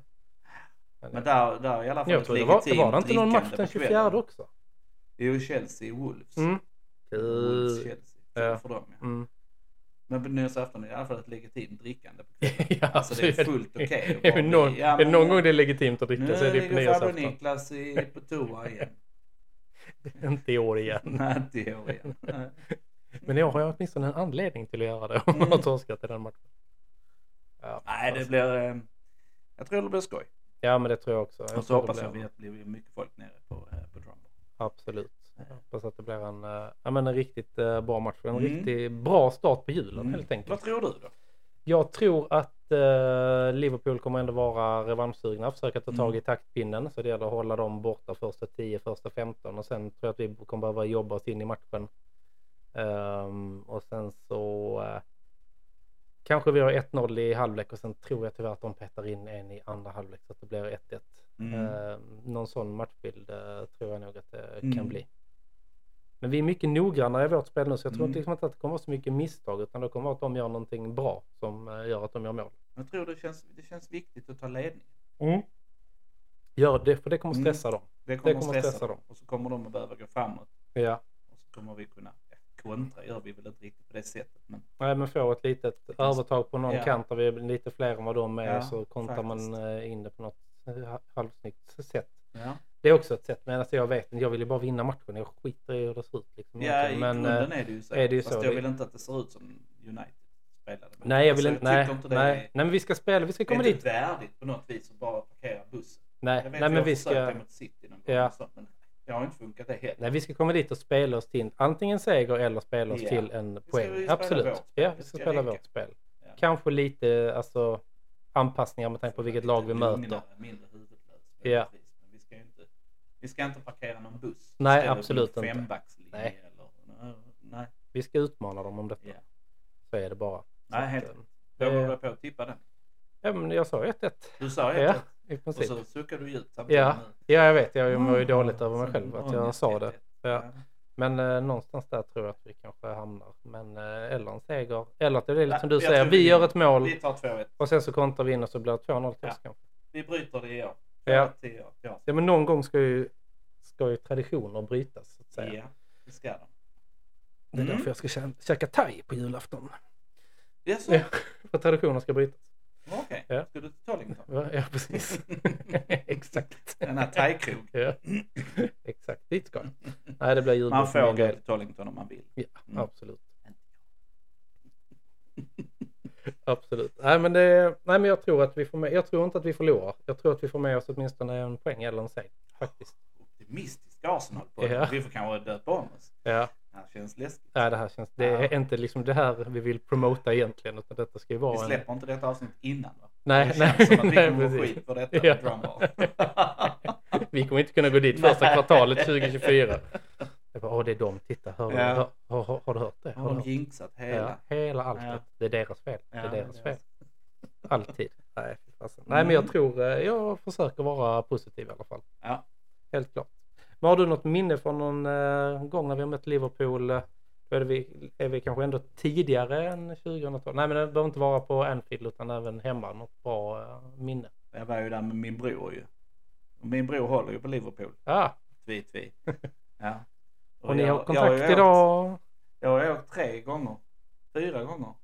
men där, där är i alla fall Jag ett tror det var, legitimt var det inte någon match drickande den på kvällen. 24 också? Jo, Chelsea Wolves. Mm. Wolves Kul. Chelsea. Ja. Ja. För dem, ja. Mm. Men på nyårsafton är det i alla fall ett legitimt drickande på kvällen. Ja, Alltså, det är så fullt okej att Är bara det någon, bli- ja, är det men- någon gång det är legitimt att Nu dricka så är det på ligger farbror nyårsafton. Niklas i, på toa igen. Inte i år igen. Nej, inte i år igen. Nej. Men jag har ju åtminstone en anledning till att göra det om man Mm. har torskat i den matchen. Ja, Nej, det alltså. blir... eh, Jag tror det blir skoj. ja men det tror jag också. Jag Och så tror det hoppas blir- jag att det blir mycket folk nere på, eh, på Drumbar. Absolut. Jag hoppas att det blir en, eh, ja, men en riktigt eh, bra match. En Mm. riktigt bra start på julen helt Vad enkelt. tror du då? Jag tror att eh, Liverpool kommer ändå vara revanschsugna. Försöka ta tag i Mm. taktpinnen. Så det gäller att hålla dem borta första 10, första 15. Och sen tror jag att vi kommer behöva jobba oss in i matchen. Ehm, och sen så eh, kanske vi har 1-0 i halvlek och sen tror jag tyvärr att de petar in en i andra halvlek så att det blir 1-1. Mm. Ehm, någon sån matchbild eh, tror jag nog att det kan Mm. bli. Men vi är mycket noggrannare i vårt spel nu så jag tror Mm. inte liksom att det kommer vara så mycket misstag utan det kommer vara att de gör någonting bra som eh, gör att de gör mål. Jag tror det känns, det känns viktigt att ta ledningen. Gör det, för det kommer Mm. stressa dem. Det kommer, kommer att stressa, stressa dem. Och så kommer de att behöva gå framåt. Ja. Och så kommer vi kunna ja, kontra. gör vi väl inte riktigt på det sättet. Men Nej men få ett litet övertag på någon Ja. kant där vi är lite fler än vad de är Ja, och så kontrar man faktiskt. eh, in det på något eh, halvsnyggt sätt. ja, Det är också ett sätt, men alltså jag vet inte, jag vill ju bara vinna matchen. Jag skiter i hur det ser ut. Liksom, ja i egentligen. men, eh, grunden är det ju så. är det ju Fast så. jag Det- vill inte att det ser ut som United spelade. med. nej, jag vill Alltså, inte, nej, tycker inte det nej, är- nej, men vi ska spela, vi ska Det är komma inte dit. värdigt på något vis att bara parkera bussen. Nej, Jag vet nej att men jag vi försökte ska, mot City någon gång. Ja. och sånt, men det har inte funkat det heller. nej, vi ska komma dit och spela oss till antingen seger eller spela oss Ja. till en ska ju poäng. spela vårt Absolut, spel. ja, vi Det ska ska spela räcka. vårt spel. Ja. Kanske lite alltså, anpassningar med tanke på vilket lag vi Lite möter. lugnare, mindre huvudlöst. Ja. möjligtvis, Men vi ska ju inte, vi ska inte parkera någon buss. Nej, ställa upp absolut en inte. Fembackslinje Nej. eller... Nej, Vi ska utmana dem om detta, ja. så är det bara. Så Nej att, helt eh, rätt. Vågar du på att tippa den? Ja, men jag sa 1-1. Du sa ett Ja, rätt, i och princip. så suckar du ut samtidigt. Ja, nu. ja, jag vet, jag mår ju Mm. dåligt över mig Så själv att vanligt jag sa ett, det. ett. Ja. Men eh, någonstans där tror jag att vi kanske hamnar. Men eh, eller en seger. Eller att det är lite Nej, som du jag säger. tror Vi vi- gör ett mål Vi tar 2-1. och sen så kontrar vi in och så blir det 2-0 till Ja. oss kanske. Vi bryter det i år. Ja. 2-1 i år. Ja. Ja men någon gång ska ju, ska ju traditioner brytas så att säga. Ja, det ska de. Det är Mm. därför jag ska kä- käka thai på julafton. Jaså? Ja. För traditioner ska brytas. Okej, Ja. ska du till Tollington? Va? Ja precis. Exakt. Den här thaikrog. Ja. Exakt, dit ska jag. Nej det blir julbord Man för får min gå del. till Tollington om man vill. Ja, Mm. absolut. Absolut. Nej men, det, nej men jag tror att vi får med, jag tror inte att vi förlorar. Jag tror att vi får med oss åtminstone en poäng eller en seger faktiskt. Optimistisk Arsenal på Ja. Vi får kanske döpa om oss. Ja, Det här känns läskigt. nej, det här känns, det är inte liksom det här vi vill promota egentligen utan detta ska ju Vi vara en... släpper inte detta avsnitt innan va? Nej, det nej, känns som att vi nej, kommer få precis. skit för detta Ja. med drumbar. Vi kommer inte kunna gå dit första Nej. kvartalet 2024. Det bara, åh det är de, titta, hör, Ja. hör, hör, hör, har du hört det? Har Har du de hört? jinxat Ja, hela? hela allt. Ja. Det är deras fel. Det Ja, är deras fel. deras. Alltid. Nej, fy fasen. nej men jag tror, eh, jag försöker vara positiv i alla fall. Mm. Ja. Helt klart. Men har du något minne från någon eh, gång när vi har mött Liverpool? eh, Då är, det vi, är vi kanske ändå tidigare än 2012? Nej men det behöver inte vara på Anfield utan även hemma. Något bra eh, minne. Jag var ju där med min bror ju. Och Min bror håller ju på Liverpool. Ah, Tvi tvi. Ja. Och ni jag- har kontakt jag har ju idag? Jag har åkt tre gånger. Fyra gånger.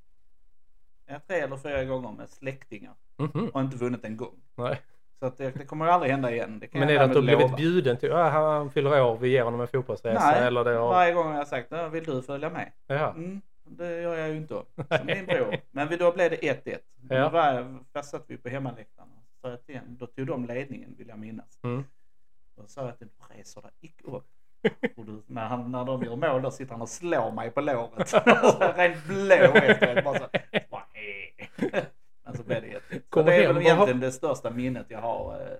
Ja, tre eller fyra gånger med släktingar. Mhm, Och inte vunnit en gång. Nej. Så att det, det kommer aldrig hända igen. Det kan Men jag är det att du har härmed blivit lova. bjuden till, ah, han fyller år, vi ger honom en fotbollsresa? Nej, eller det har, varje gång har jag sagt "Ja, vill du följa med? ja. Mm, det gör jag ju inte. Som min bror. Men vi, då blev det 1-1. Ja. Ja. Var, där satt vi på hemmaläktaren och sa att igen, då tog de ledningen vill jag minnas. Mm. Och sa att du reser dig icke upp. Och du, när, han, när de gör mål då sitter han och slår mig på låret. Så jag är Rent blå efteråt. Bara så, bara, eh. Men så blev det 1-1. Så Kommer Det är hem väl och egentligen det största minnet jag har eh, av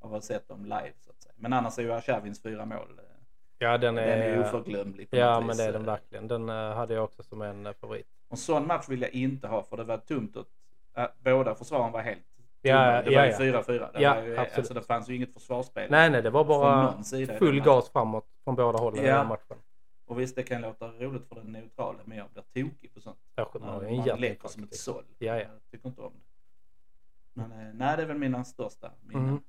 att ha sett dem live. Så att säga. Men annars är ju Arshavins fyra mål. eh, ja, den är... Den är ju oförglömlig. på Ja, något men vis. det är den verkligen. Den eh, hade jag också som en eh, favorit. En sån match vill jag inte ha för det var tomt och båda försvaren var helt Ja, tomma. Det ja, var ju ja. 4-4. Det, Ja, var ju, absolut. alltså, det fanns ju inget försvarsspel Nej, nej, det var från bara någon sida. i den full matchen. gas framåt från båda hållen i Ja. den matchen. Och visst, det kan låta roligt för den neutrala, men jag blir tokig på sånt. Särskilt när det är Man, en man jävla leker som ett konflikt. såll. Ja, ja. Jag tycker inte om det. Men eh, nej, det är väl mina största minnen. Mm.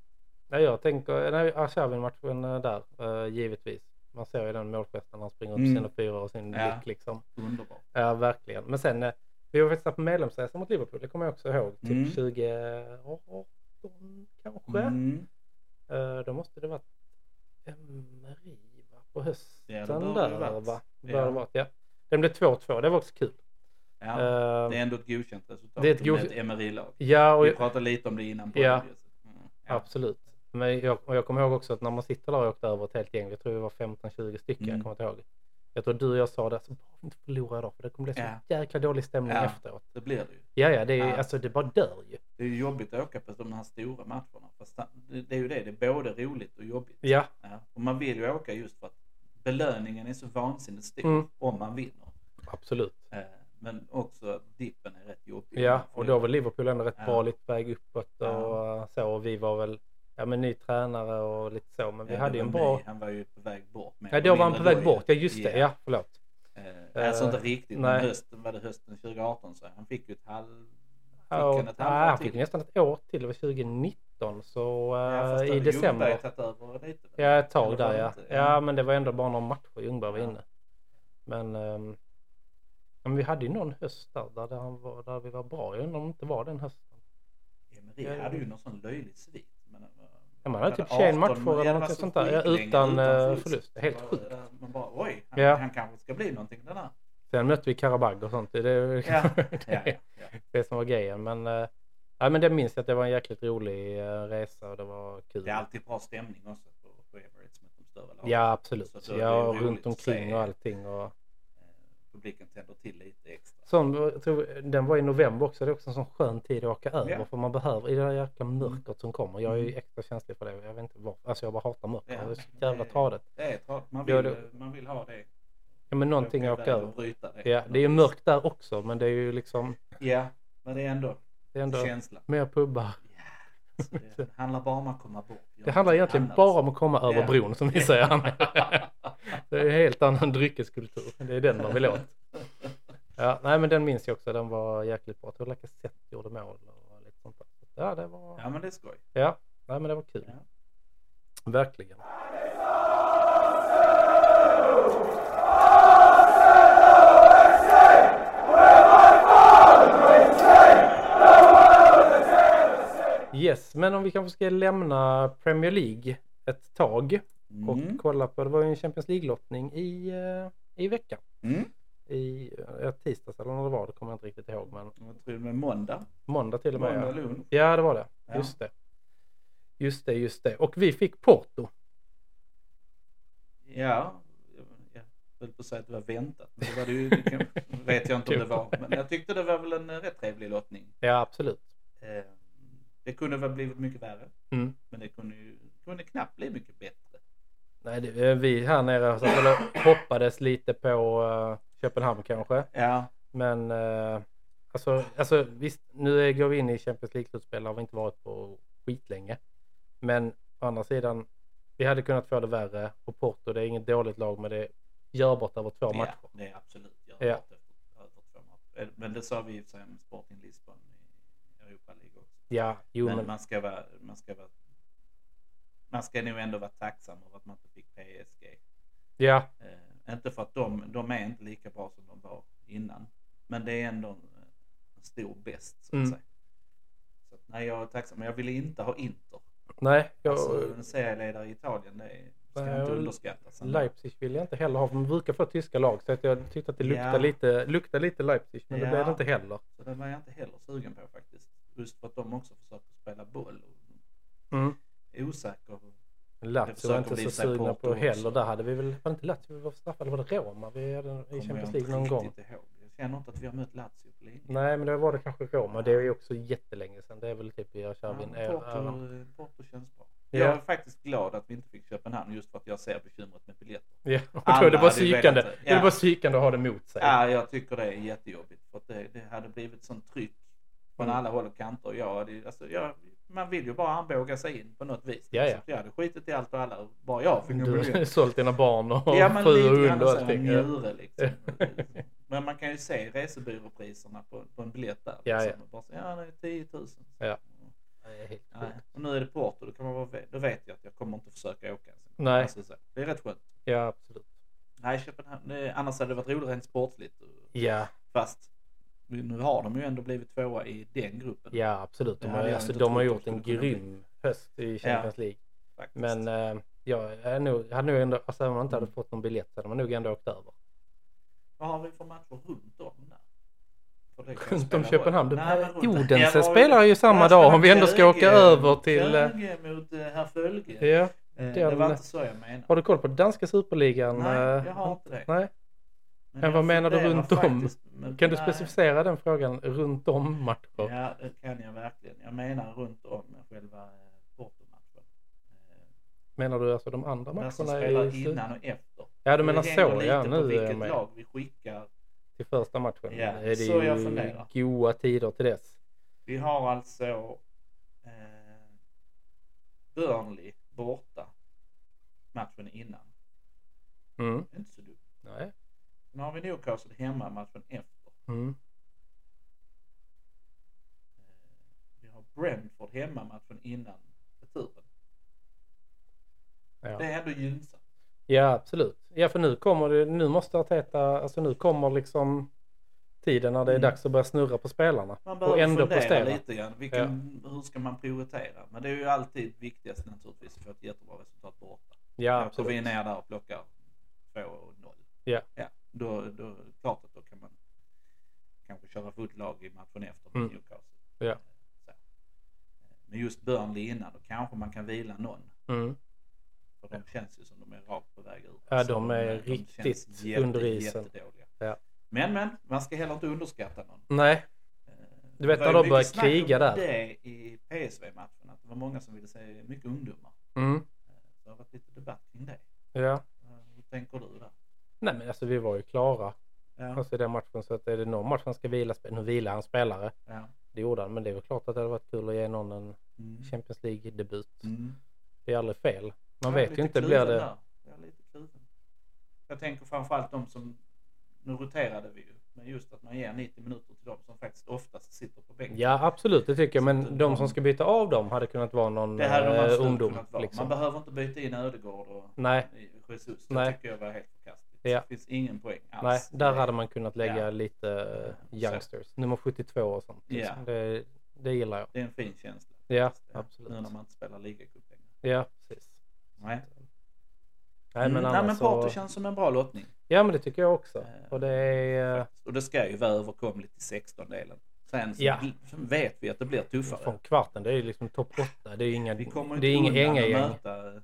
Nej, jag tänker, eh, nej, Arshavin-matchen eh, där, eh, givetvis. Man ser ju den målgesten, han springer upp Mm. sina fyra och sin Ja. blick liksom. Underbart. Ja, verkligen. Men sen, eh, vi var faktiskt där på medlemsresa mot Liverpool, det kommer jag också ihåg. Typ Mm. 2018 kanske? Mm. Eh, Då måste det varit Emery va? på hösten Ja, det bör det där ha varit. va? Det Ja. bör det ha varit, ja. Den blev 2-2, det var också kul. Ja, Eh, det är ändå ett godkänt resultat. det är ett med godkänt- ett MRI-lag. Ja, och, Vi pratade lite om det innan. på Ja. radio, så- Mm. Ja. absolut. Men jag, och jag kommer ihåg också att när man sitter där och åkte över ett helt gäng, jag tror vi var 15-20 stycken, Mm. jag kommer inte ihåg. Jag tror du och jag sa det, så bara vi inte förlora idag för det kommer bli så Ja. jäkla dålig stämning Ja. efteråt. Det blir det ju. Ja, ja, det, är, Ja. Alltså, det bara dör ju. Det är ju jobbigt att åka på de här stora matcherna. Fast det det är ju det, det är både roligt och jobbigt. Ja, Ja. Och man vill ju åka just för att belöningen är så vansinnigt stor Mm. om man vinner. absolut. Eh, Men också att dippen är rätt jobbig. Ja, och då var Liverpool ändå rätt Mm. Ja. bra lite väg uppåt och Ja. eh, så. Och vi var väl, ja men ny tränare och lite så. Men vi Ja, det hade ju eh, var en bra... mig. Han var ju på väg bort. mer Ja, eller då var han på mindre väg då ju. bort. Ja, just det. Ja, förlåt. Eh, Alltså inte Eh, riktigt, nej. men hösten, var det hösten 2018 så han fick ju ett halv... Fick Ja, han ett nej, halvår han till? fick nästan ett år till. Det var 2019, så eh, Ja, fast då i hade december. Ljungberg tagit över lite. väl? Ja, ett tag Eller var där det ja. inte? Mm. Ja, men det var ändå bara några matcher Ljungberg var Ja. inne. Men, ehm, ja, men vi hade ju någon höst där, där, han var, där vi var bra. Jag undrar om det inte var den hösten. Emery hade ju någon sån löjlig svit. Men, eh, Ja, man hade typ 18, 21 matcher ja, det eller var något så sånt där. Ja, skitlänge utan, eh, förlust. Helt Bara, sjukt. eh, Man bara oj, han, Ja. han kanske ska bli någonting den här. Sen mötte vi Karabag och sånt. Det är det, Ja, ja, det, ja, är ja. det som var grejen. Men, eh, ja, men det minns jag att det var en jäkligt rolig eh, resa och det var kul. Det är alltid bra stämning också på, på Emirates med de större lagen. Ja, absolut. Så att det är Ja, och roligt runt att se. omkring och allting. Och... Eh, Publiken tänder till lite extra. Sån, jag tror, den var i november också. Det är också en sån skön tid att åka över. Ja. Mm. För man behöver, i det där jäkla mörkret som kommer. Jag är ju extra känslig för det. Jag vet inte varför. Alltså jag bara hatar mörker. Ja. Det är så jävla tradigt. Det är tradigt. Man Ja, vill, eh, det- man vill ha det. Ja, men någonting att åka där och över. bryta det. Ja, det är ju mörkt där också. Men det är ju liksom... Ja, men det är ändå, Det är ändå känslan. mer pubbar. Ja, så det handlar bara om att komma bort. Det handlar egentligen bara om att komma över Ja. bron som vi säger. Det är en helt annan dryckeskultur. Det är den man vill åt. Ja, nej men den minns jag också. Den var jäkligt bra. Jag tror Lacazette gjorde mål och lite sånt där. Så Ja, det var... Ja, men det är skoj. Ja, nej men det var kul. Verkligen. Yes, men om vi kanske ska lämna Premier League ett tag och Mm. kolla på, det var ju en Champions League-lottning i, eh, i veckan. Mm. I eh, tisdags eller när det var, det kommer jag inte riktigt ihåg, men Jag tror det är måndag. måndag till och med. Måndag ja. lunch. Ja, det var det. Ja. Just det. Just det, just det. Och vi fick Porto. Ja, jag höll på att säga att det var väntat. Men det var det ju, det kan, vet jag inte om det var. Men jag tyckte det var väl en eh, rätt trevlig lottning. Ja, absolut. Eh, Det kunde väl blivit mycket värre. Mm. Men det kunde, ju, kunde knappt bli mycket bättre. Nej, det, eh, vi här nere så att, eller, hoppades lite på eh, Köpenhamn kanske. Ja, Men eh, alltså, alltså visst, nu är- går vi in i Champions League-slutspel. har vi inte varit på skitlänge. Men å andra sidan, vi hade kunnat få det värre. Och Porto, det är inget dåligt lag, men det är görbart över två ja matcher. det är absolut görbart Ja. efter över två matcher. Eh, Men det sa vi i och för sig om Sporting Lisbon i Europa League också. Ja, jo men, men... man ska vara... Man ska vara man ska nog ändå vara tacksam över att man inte fick PSG. Ja, Eh, inte för att de, de är inte lika bra som de var innan. Men det är ändå en, en stor bäst så att Mm. säga. Så att, nej, jag är tacksam. Men jag ville inte ha Inter. nej. Jag, Alltså, en serieledare i Italien, det är, ska Nej, inte jag- underskattas. ändå. Leipzig vill jag inte heller ha, för man brukar få tyska lag. Så att jag tyckte att det luktade, Ja. lite, luktade lite Leipzig, men det Ja. blev det inte heller. Så det var jag inte heller sugen på faktiskt. Just för att de också försöker spela boll. Och Mm. är osäker. Jag Lazio försöker var inte bli så supporter sugna på också. heller. Där hade vi väl, var det inte Lazio vi var straffade? Eller var det Roma vi hade i Kommer Champions jag League inte någon gång? riktigt Ihåg. Jag känner inte att vi har mött Lazio på länge. Nej, men det var det kanske Roma. Det är ju också jättelänge sedan. Det är väl typ i Ja, Arshavin. men Porto, Porto känns bra. Ja. Jag är faktiskt glad att vi inte fick Köpenhamn just för att jag ser bekymret med biljetter. Ja, och Alla då är det bara hade ju velat psykande. det. Det är Ja. bara psykande att ha det mot sig. Ja, jag tycker det är jättejobbigt för att det, det hade blivit sånt tryck från Mm. alla håll och kanter. Jag hade, alltså, jag, man vill ju bara armbåga sig in på något vis. Ja, ja. Så jag hade skitit i allt och alla och bara jag fick en Du har biljett. sålt dina barn och Ja, men fru och lite hund grann och så här allting. Ja. njure liksom. Men man kan ju se resebyråpriserna på, på en biljett där. Ja, liksom. Och Bara, så, ja, det är 10 000. Ja. Nej. Och nu är det Porto, då, kan man vara, då vet jag att jag kommer inte försöka åka. ens. Nej. Alltså, så. Det är rätt skönt. Ja, absolut. Nej, Köpenhamn, det, annars hade det varit roligt rent sportsligt. och- Ja, Fast nu har de ju ändå blivit tvåa i den gruppen. ja absolut. De Alltså, Det har, hade jag alltså, inte de har trott de gjort en skulle kunna bli. grym höst i Champions League. faktiskt. Men eh, jag är nog, hade nog ändå, alltså, om man inte hade Mm. fått någon biljett så hade man nog ändå åkt över. Vad har vi för matcher runt om där? För det kan Runt om spela roll. Köpenhamn? Det- Nej, men runt- Odense Ja, vad- spelar ju samma Ja, dag, spelar om vi ändå ska Køge- åka över till, eh, Køge mot eh, Herfølge. Ja. Eh, Det den- var inte så jag menade. Har du koll på danska superligan? Nej, Eh, jag har inte det. Nej. Men men jag vad menar du funderar runt om? faktiskt- men- Kan du nej. specificera den frågan runt om matcher? Ja, det kan jag verkligen. Jag menar runt om själva eh, bortamatchen. Eh, Menar du alltså de andra Den som matcherna? spelar i slut- innan och efter. Ja, du menar det hänger så. lite Ja, på nu är jag vilket med. lag vi skickar. Till första matchen. Ja, är det så ju jag funderar. goa tider till dess. Vi har alltså eh, Burnley borta matchen innan. Mm. Det är Inte så dumt. Nej. Sen har vi Newcastle hemma matchen efter. Mm. Eh, Vi har Brentford hemma matchen innan returen. Ja. Det är ändå gynnsamt. ja, absolut. Ja, för nu kommer det, nu måste Arteta, alltså nu kommer liksom tiden när det är Mm. dags att börja snurra på spelarna. Man Och behöver ändå fundera prestera. lite grann. Vilken, Hur ska man prioritera? Men det är ju alltid viktigast naturligtvis för ett jättebra resultat borta. Ja, Då går vi absolut. ner där och plockar 2 och 0. Ja. ja då, då, klart att då kan man kanske köra fullt lag i matchen efter med Mm. Newcastle. Eh, Ja. Så. Men just Burnley innan, då kanske man kan vila någon. Mm. För de känns ju som de är rakt på väg ur. Ja, Alltså, de är de riktigt känns under isen. jättedåliga. Ja. Men, men, man ska heller inte underskatta någon. Nej, Eh, Du vet det när var de började ju mycket snack om kriga där. det i PSV-matchen, att det var många som ville se mycket ungdomar. mm. Eh, Det har varit lite debatt kring det. ja. Eh, Hur tänker du där? Nej, men alltså vi var ju klara Ja, alltså, i den matchen. Så att är det någon match han ska vila, spe- nu vilar han spelare. ja. Det gjorde han, men det är väl klart att det hade varit kul att ge någon en Mm. Champions League-debut. Mm. Det är aldrig fel. Man Jag är vet lite ju inte, blir kluven det... där. Jag är lite kluven. Jag tänker framförallt de som, nu roterade vi ju, men just att man ger 90 minuter till de som faktiskt oftast sitter på bänken. Ja absolut det tycker jag Så men att de de- som ska byta av dem hade kunnat vara någon Det hade de eh, absolut ungdom. kunnat vara. Man Liksom. behöver inte byta in Ödegård och Nej, Jesus. Det Nej. tycker jag var helt förkastligt. Ja. Det finns ingen poäng alls. nej, där Det- hade man kunnat lägga Ja. lite eh, Så. youngsters. Nummer 72 och sånt. Liksom. Ja. Det, det gillar jag. Det är en fin känsla. Ja, faktiskt. absolut. Nu när man inte spelar ligacup längre. Ja, precis. Nej. Nej Mm, men Nej, men annars Porto så... känns som en bra lottning. Ja men det tycker jag också. Eh, Och det är... eh, Och det ska ju vara överkomligt till 16-delen. Sen så Ja. så vet vi att det blir tuffare. Från kvarten, det är ju liksom topp 8. Det är ju inga, Vi kommer det är inga inte undan inga att gäng. möta eh,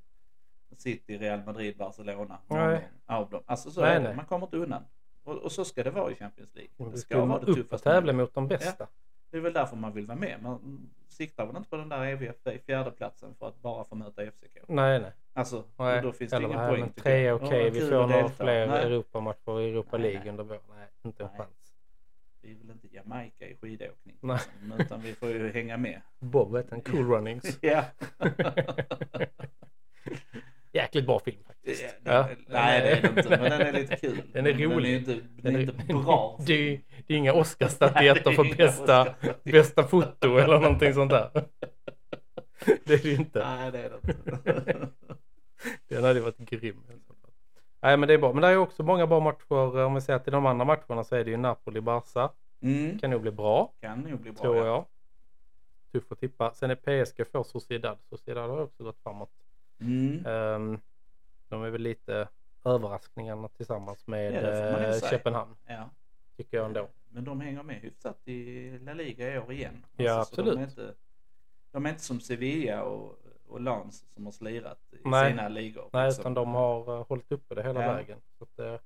City, Real Madrid, Barcelona. Nej. Nej. Av dem. Alltså så Nej, är det. nej. Man kommer inte undan. Och, och så ska det vara i Champions League. Vi Det ska ska vara det upp och tuffaste. tävla mot de bästa. Det är väl därför man vill vara med. Man siktar väl inte på den där eviga f- fjärdeplatsen för att bara få möta FCK. Nej nej. Alltså, nej. och då finns det Eller, ingen nej, poäng. men tycker Tre är jag. okej, Åh, vad vi kul får att några delta. fler Nej, Europamatcher i Europa Nej, nej. League under våren. Nej, inte en Nej. chans. Vi är väl inte Jamaica i skidåkning. Nej. liksom, Utan vi får ju hänga med. Bob vet han, Cool Runnings. Ja. Jäkligt bra film faktiskt. Ja. Nej, det är det inte. Men den är lite kul. Den är Men rolig. Den är inte, den är inte bra. Det, är- det är inga Nej, det Oscarsstatyetter är för inga bästa, Oscarsstatyetter. bästa foto eller någonting sånt där. Det är det ju inte. Nej, det är det inte. Den hade varit grym. Nej, men det är bra. Men det är också många bra matcher. Om vi säger till de andra matcherna så är det ju Napoli-Barca. Mm. Kan nog bli bra, Kan nog bli bra. tror ja. jag. Tuff att tippa. Sen är PSG för Sociedad. Sociedad har också gått framåt. Mm. Ehm, de är väl lite överraskningarna tillsammans med Ja, det får man ju eh, säga. Köpenhamn, Ja. tycker jag ändå. Men de hänger med hyfsat i La Liga i år igen. Alltså, Ja, så absolut. De är, inte, de är inte som Sevilla och, och Lans som har slirat i Nej. sina ligor. Nej, liksom. utan de har uh, hållit uppe det hela Ja. vägen. Så att, eh,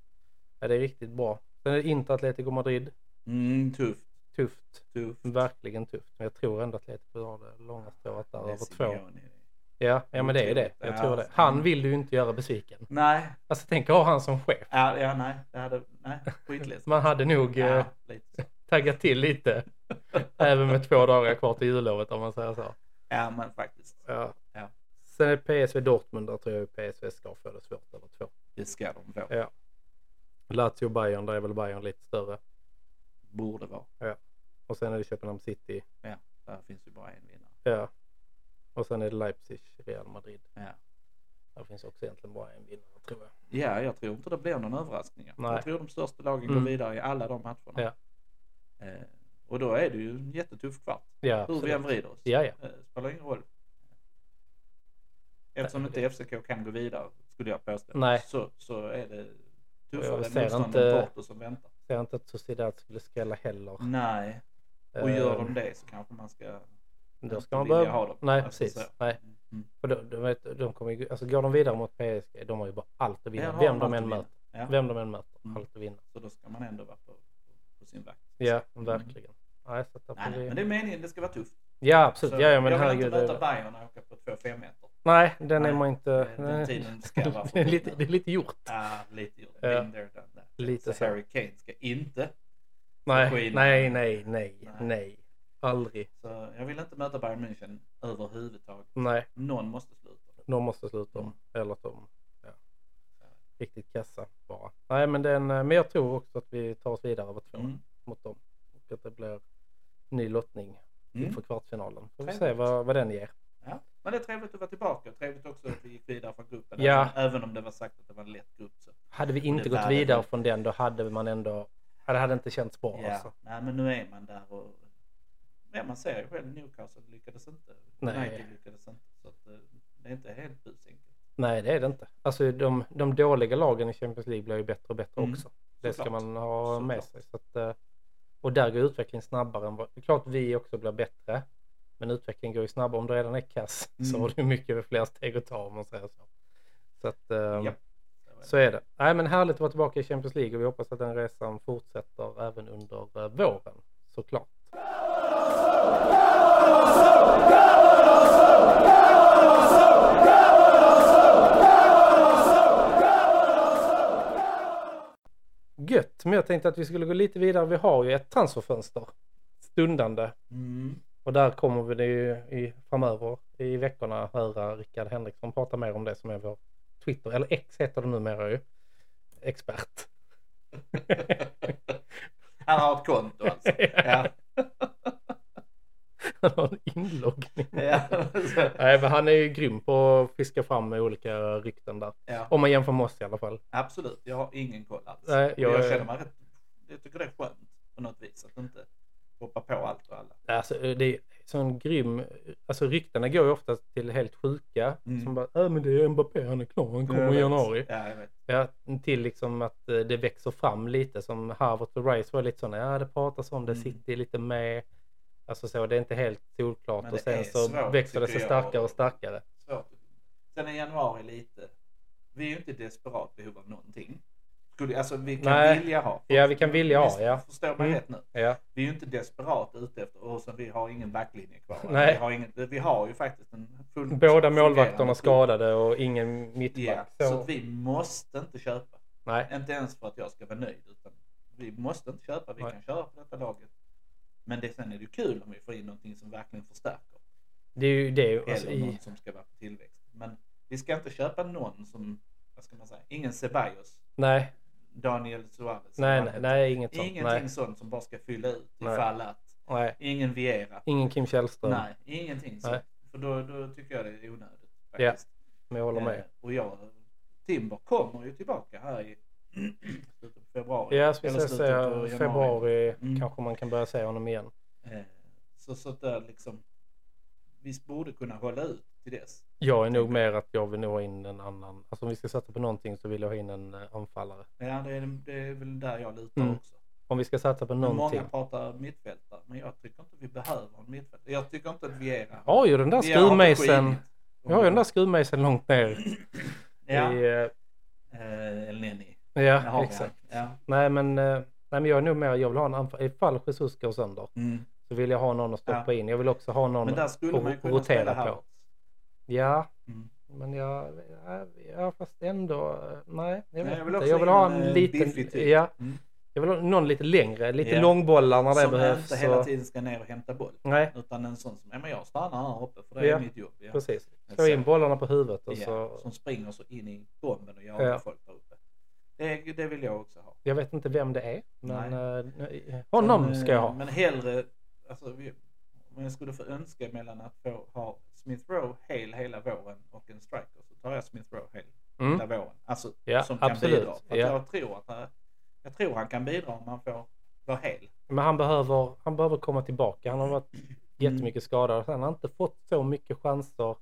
ja, det är riktigt bra. Sen är det inte Atletico Madrid. Mm, tufft, Tufft. tufft. Verkligen tufft. Men jag tror ändå Atletico har det långa strået där över två. Simeone. Ja, ja, men det är det. Ja, Jag tror det. alltså. Han vill ju inte göra besviken. Nej, Alltså tänk att ha han som chef. ja, ja, nej, det hade, nej, skitläskigt. Man hade nog eh, ja, lite så. taggat till lite. Även med två dagar kvar till jullovet om man säger så. Ja, men faktiskt. Ja. Ja. Sen är PSV Dortmund, där tror jag PSV ska få det svårt över två. Det ska de få. Ja. Lazio Bayern, där är väl Bayern lite större. Borde vara. Och sen är det Köpenhamn City. Ja, där finns ju bara en vinnare. Ja. Och sen är det Leipzig, Real Madrid. Ja. Där finns också egentligen bara en vinnare tror jag. ja, jag tror inte det blir någon överraskning. Nej. Jag tror de största lagen Mm. går vidare i alla de matcherna. Ja. Eh, och då är det ju en jättetuff kvart. Ja, Hur vi absolut. än vrider oss. Ja, ja. Eh, spelar ingen roll. Eftersom inte FCK kan gå vidare, skulle jag påstå, Nej. Så, så är det Och jag tuffare ser motståndare inte- än Porto som väntar. Ser inte att Sociedad skulle skrälla heller. Nej, Mm. och gör Ehm, de det så kanske man ska... Då ska inte man vilja behöva... ha dem. Nej, Alltså, precis. så. Nej. Mm. För de, de, vet, de kommer, ju- alltså, går de vidare mot PSG, de har ju bara allt att Där vinna. Vem har de allt än att vinna. möter. Ja. Vem de än möter. Mm. Allt att vinna. Så då ska man ändå vara på, på sin vakt. Ja, verkligen. Nej, så att där får Nej, nej, vi... men det är meningen, det ska vara tufft. Ja, absolut. Så Ja, ja, men jag vill herregud. inte möta Det... Bayern och åka på 2-5 meter. Nej, den Nej, är man inte... Den, nej. den tiden ska vara det, är förbi lite, nu. det är lite gjort. Ja, lite gjort. Ja. Been there, done that. Lite så så. Harry Kane ska inte. Nej, skit. nej, nej, nej, Nej. nej. Aldrig. Så jag vill inte möta Bayern München överhuvudtaget. Nej, Någon måste sluta. de måste sluta om. Mm. Eller att de... Ja. Riktigt kassa bara. Nej, men, den, eh, men jag tror också att vi tar oss vidare över två Mm. mot dem. Och att det blir ny lottning Mm. inför kvartsfinalen. Får vi se Trevligt. vad, vad den ger. Ja. Men det är trevligt att vara tillbaka. Trevligt också att vi gick vidare från gruppen. Ja. Även, även om det var sagt att det var en lätt grupp. Så. Hade vi inte det gått värde- vidare från den då hade man ändå... ja, Det hade inte känts bra Ja. alltså. Nej, men nu är man där och... Ja, man ser ju själv. Newcastle lyckades inte. Nej. United lyckades inte. Så att, eh, det är inte helt busenkelt. Nej, det är det inte. Alltså de, de dåliga lagen i Champions League blir ju bättre och bättre Mm, också. Det ska såklart. man ha med sig. Såklart. Så att, eh, och där går utvecklingen snabbare. Än vad, det är klart vi också blir bättre. Men utvecklingen går ju snabbare. Om du redan är kass så Mm. har du mycket fler steg att ta om man säger så. Så, att, eh, Japp. så är det. Nej, men härligt att vara tillbaka i Champions League och vi hoppas att den resan fortsätter även under eh, våren såklart. Gött, men jag tänkte att vi skulle gå lite vidare. Vi har ju ett transferfönster stundande Mm. och där kommer vi det ju i, framöver i veckorna höra Rickard Henriksson prata mer om det som är vår Twitter, eller X heter det numera ju, expert. Han har ett konto alltså. Ja. Han har en inloggning. Ja. så- Nej, men han är ju grym på att fiska fram med olika rykten där. ja. Om man jämför med oss i alla fall. Absolut, jag har ingen koll alls. Nej, jag, jag- känner mig rätt... Jag tycker det är skönt på något vis att inte hoppa på allt och alla. Alltså, det är sån grym... Alltså ryktena går ju ofta till helt sjuka. Mm. Som bara, äh, men det är Mbappé, han är klar, han kommer i januari. Ja, jag vet. Ja, till liksom att eh, det växer fram lite som Harvard och Rice var lite sådana, ja det pratas om det, Mm. City är lite med. Alltså så, det är inte helt solklart Men och det sen är så svårt, växer det sig tycker jag. starkare och starkare. Svårt. Sen är januari lite... Vi är ju inte i desperat behov av någonting. Skulle, alltså vi kan Nej. vilja ha. Ja, vi kan vilja ha, Visst, ja. Förstår man Mm. rätt nu? Ja, Vi är ju inte desperat ute efter... Och sen vi har ingen backlinje kvar. Nej. Vi, har ingen, vi har ju faktiskt en full... båda fungerande målvakterna trupp. skadade och ingen Ja, mittback. så Så, att vi måste inte köpa. nej, Inte ens för att jag ska vara nöjd. Utan vi måste inte köpa, vi Nej. kan köra på detta laget. Men det, sen är det ju kul om vi får in någonting som verkligen förstärker. det är ju det. är ju, Alltså, eller någon i, som ska vara på tillväxt. Men vi ska inte köpa någon som, vad ska man säga, ingen Ceballos, nej, Daniel Suarez. nej, vad nej, han nej, inget heter. sånt. Ingenting Nej, sånt som bara ska fylla ut Nej. ifall att. nej. Ingen Viera. Ingen Kim Källström, Nej, ingenting sånt. Nej. För då, då tycker jag det är onödigt. Faktiskt. men jag håller med. Eh, Och jag Timber kommer ju tillbaka här i slutet på februari. Ja, skulle eller jag slutet på säga januari. februari Mm. kanske man kan börja se honom igen. Eh, Så, så där liksom, vi borde kunna hålla ut till dess. Jag är nog Tänker. mer att jag vill nog ha in en annan. Alltså om vi ska satsa på någonting så vill jag ha in en eh, anfallare. Ja, det, är, det är väl där jag lutar Mm. också. Om vi ska satsa på Men någonting. många pratar mittfältare, men jag tycker inte vi behöver en mittfältare. Jag tycker inte att Viera... Jag har ju den där Viera har inte skruvmejseln. skidit. Jag har ju den där skruvmejseln långt ner. Ja, I, eh, eh, eller Nenni. Det har ja vi, exakt. Ja. Nej men, eh, nej men jag är nog mer, jag vill ha en anfallare. Ifall Jesus går sönder Mm. så vill jag ha någon att stoppa in. Jag vill också ha någon Men där att skulle man ju att kunna spela rotera här. på. Ja, Mm. men jag, ja, ja fast ändå, eh, nej. Jag, Nej, vet jag vill inte. också jag vill in ha en, en eh, liten, biffig typ. ja, Mm. jag vill ha någon lite längre, lite Ja. långbollar när det Som behövs. inte hela och- tiden ska ner och hämta boll. Nej, Utan en sån som, ja men jag stannar här uppe för det Ja, är mitt jobb. Ja. precis. Men Slå så- in bollarna på huvudet och Ja, så. som springer så in i bomben och jagar Ja. folk där uppe. Det, det vill jag också ha. Jag vet inte vem det är, men eh, honom Men, ska jag eh, ha. Men hellre, alltså, vi, om jag skulle få önska mellan att få ha Smith Rowe hel hela våren och en striker så tar jag Smith Rowe hel Mm. hela våren. Alltså Ja, som kan absolut. bidra. För att Ja. jag, tror att, han- jag tror han kan bidra om han får vara hel. Men han behöver, han behöver komma tillbaka. Han har varit Mm. jättemycket skadad. Han har inte fått så mycket chanser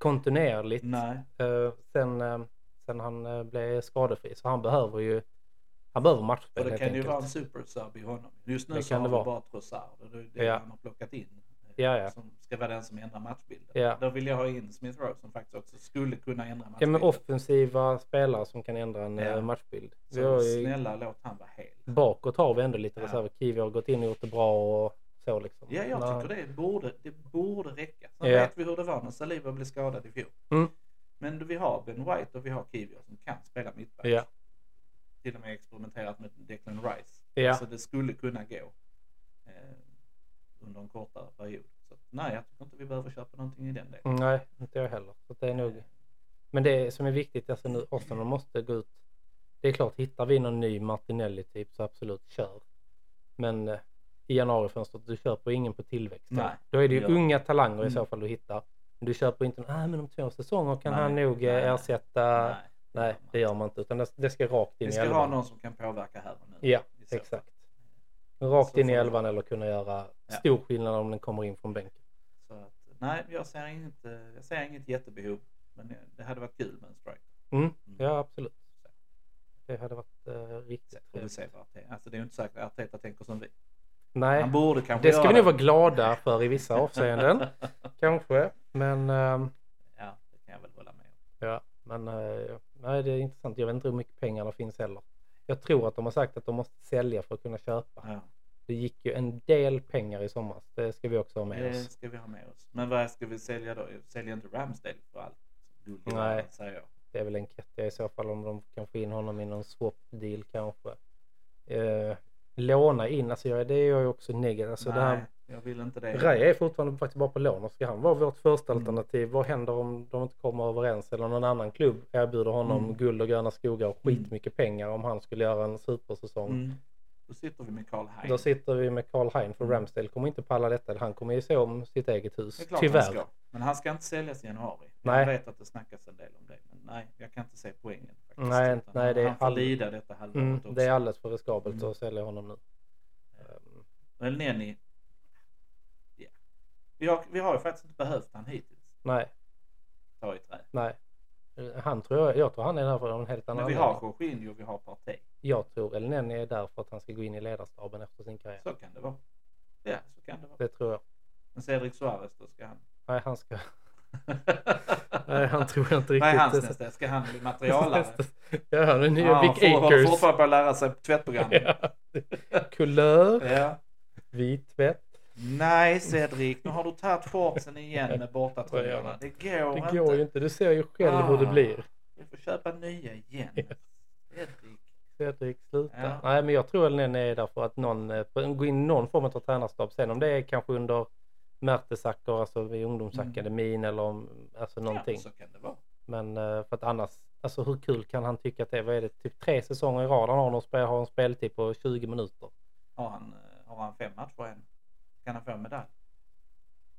kontinuerligt Nej. eh, sen, eh, sen han eh, blev skadefri. Så han behöver ju han behöver För matchspel det helt kan ju enkelt. vara en supersub i honom. Just nu Det så kan har det han vara. bara Trossard och det är det Ja. han har plockat in. eh, Ja, ja. Som ska vara den som ändrar matchbilden. Ja. Då vill jag ha in Smith Rowe som faktiskt också skulle kunna ändra matchbilden. Ja, men offensiva spelare som kan ändra en Ja. eh, matchbild. Vi så har ju, snälla låt han vara hel. bakåt har vi ändå lite Ja. reserver. Kiwi har gått in och gjort det bra och så liksom. Ja, jag Nej. tycker det borde, det borde räcka. Sen Ja. vet vi hur det var när Saliba blev skadad i fjol. Mm. Men vi har Ben White och vi har Kivio som kan spela mittback. Ja. Till och med experimenterat med Declan Rice. Ja. Så det skulle kunna gå eh, under en kortare period. Så, att, nej, jag tycker inte vi behöver köpa någonting i den delen. Mm, Nej, inte jag heller. Så det är nog... Men det som är viktigt alltså nu, Arsenal måste gå ut. Det är klart, hittar vi någon ny Martinelli-typ så absolut kör. Men eh, i januarifönstret, du köper ingen på tillväxt. Nej, Då är det ju ja. unga talanger i Mm. så fall du hittar. Men du köper inte någon, ah, men om två säsonger kan Nej, han nog eh, nej, ersätta. Nej. det gör man det gör man inte. Utan det, det ska rakt in Vi i ska ha elvan. någon som kan påverka här och nu. Ja, i så fall. exakt. Rakt Så in i får det elvan vara. eller kunna göra Ja. stor skillnad om den kommer in från bänken. Så att, nej, jag ser, inget, eh, jag ser inget jättebehov. Men eh, det hade varit kul med en strike. Mm. Mm. Ja, absolut. Det hade varit eh, riktigt Får vi trevligt. se vad Arteta... Alltså det är ju inte säkert att Arteta tänker som vi. Nej, Han borde kanske det ska göra vi nog vara glada för i vissa avseenden. kanske. Men, ehm, Ja, det kan jag väl hålla med om. ja, men eh, nej, det är intressant. Jag vet inte hur mycket pengar det finns heller. Jag tror att de har sagt att de måste sälja för att kunna köpa. Ja, Det gick ju en del pengar i somras. Det ska vi också ha med det oss. ska vi ha med oss. Men vad ska vi sälja då? Sälja inte Ramsdale för allt guld i Nej. världen, säger jag. Det är väl en kettia i så fall om de kan få in honom i någon swap deal kanske. Eh, låna in, alltså jag, det är jag ju också negativ. Alltså, det här Nej, jag vill inte det. Raja är fortfarande faktiskt bara på lån och ska han vara vårt första Mm. alternativ? Vad händer om de inte kommer överens eller någon annan klubb erbjuder honom Mm. guld och gröna skogar och Mm. skitmycket pengar om han skulle göra en supersäsong? Mm. Då sitter vi med Carl Hein. Då sitter vi med Carl Hein för Ramsdale kommer inte palla detta. Han kommer ju se om sitt eget hus. Mm. Det är klart han Tyvärr. ska. Men han ska inte säljas i januari. Nej. Jag vet att det snackas en del om det. Men nej, jag kan inte se poängen. Faktiskt. Nej, Utan nej, det är han får aldrig- lida detta halvåret Mm, också. det är alldeles för riskabelt Mm. att sälja honom nu. Ehm, Men Nenny... Ja. Vi har, vi har ju faktiskt inte behövt han hittills. nej, Ta i trä. nej. Han tror jag, jag tror han är där för en helt annan Men vi anledning. har Jorginho och vi har Partey. Jag tror Elneny är där för att han ska gå in i ledarstaben efter sin karriär. Så kan det vara. Ja, så kan det vara. Det tror jag. Men Cedric Suarez då ska han... Nej, han ska... Nej, han tror jag inte riktigt. Vad är hans nästa? Ska han bli materialare? ja, han är nya Ja, Vic får- håller Akers. fortfarande på att lära sig tvättprogrammet. Ja. Kulör, Ja. vit tvätt. Nej Cedric, nu har du tagit shortsen igen med bortatröjorna. Det går, Det inte. går ju inte. Du ser ju själv hur det Ah. blir. Vi får köpa nya igen. Cedric. Fredrik, sluta. Ja. Nej, men jag tror Elneny är där för att någon, eh, gå in i någon form av tränarstab. Sen om det är kanske under Mertesacker, alltså i ungdomsakademin eller om, alltså någonting. Mm. Ja, så kan det vara. Men eh, för att annars, alltså hur kul kan han tycka att det är? Vad är det? Typ tre säsonger i rad han har, någon spel, har en speltid på 20 minuter. Har han, eh, har han fem matcher än? Kan han få en medalj?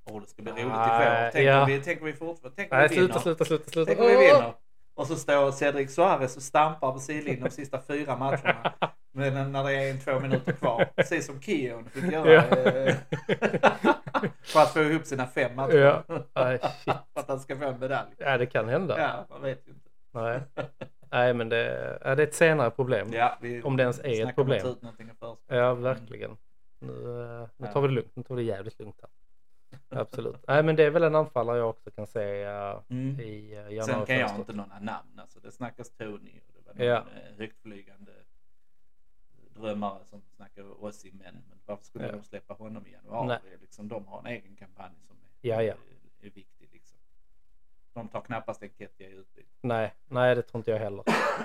Åh, det ska bli roligt i Nej, vår. Tänk ja. om vi, tänk om vi fortfarande... Tänk om Nej, vi vinner. sluta, sluta, sluta, sluta. Tänk om vi vinner. Och så står Cedric Suarez och stampar på sidlinjen de sista fyra matcherna. Men när det är en två minuter kvar. Precis som Keon fick göra. Ja. eh, för att få ihop sina fem matcher. Ja. Nej, shit. För att han ska få en medalj. Ja, det kan hända. Ja, man vet ju inte. Nej. Nej, men det, ja, det är ett senare problem. Ja, vi Om det ens är ett snackar om att problem. ta ut någonting och förs- Ja, verkligen. Nu, eh, nu Ja. tar vi det lugnt. Nu tar vi det jävligt lugnt här. Absolut. Nej, men det är väl en anfallare jag också kan se eh, Mm. i eh, Sen kan jag inte januarifönstret. några namn. Alltså, det snackas Tony och det var någon Ja. eh, högtflygande drömmare som snackade oss i män. Men varför skulle Ja. de släppa honom i januari? Nej. Det är Liksom, de har en egen kampanj som är, Ja, ja. är viktig. Liksom. De tar knappast en Kettia i utbyte. Nej, nej, det tror inte jag heller.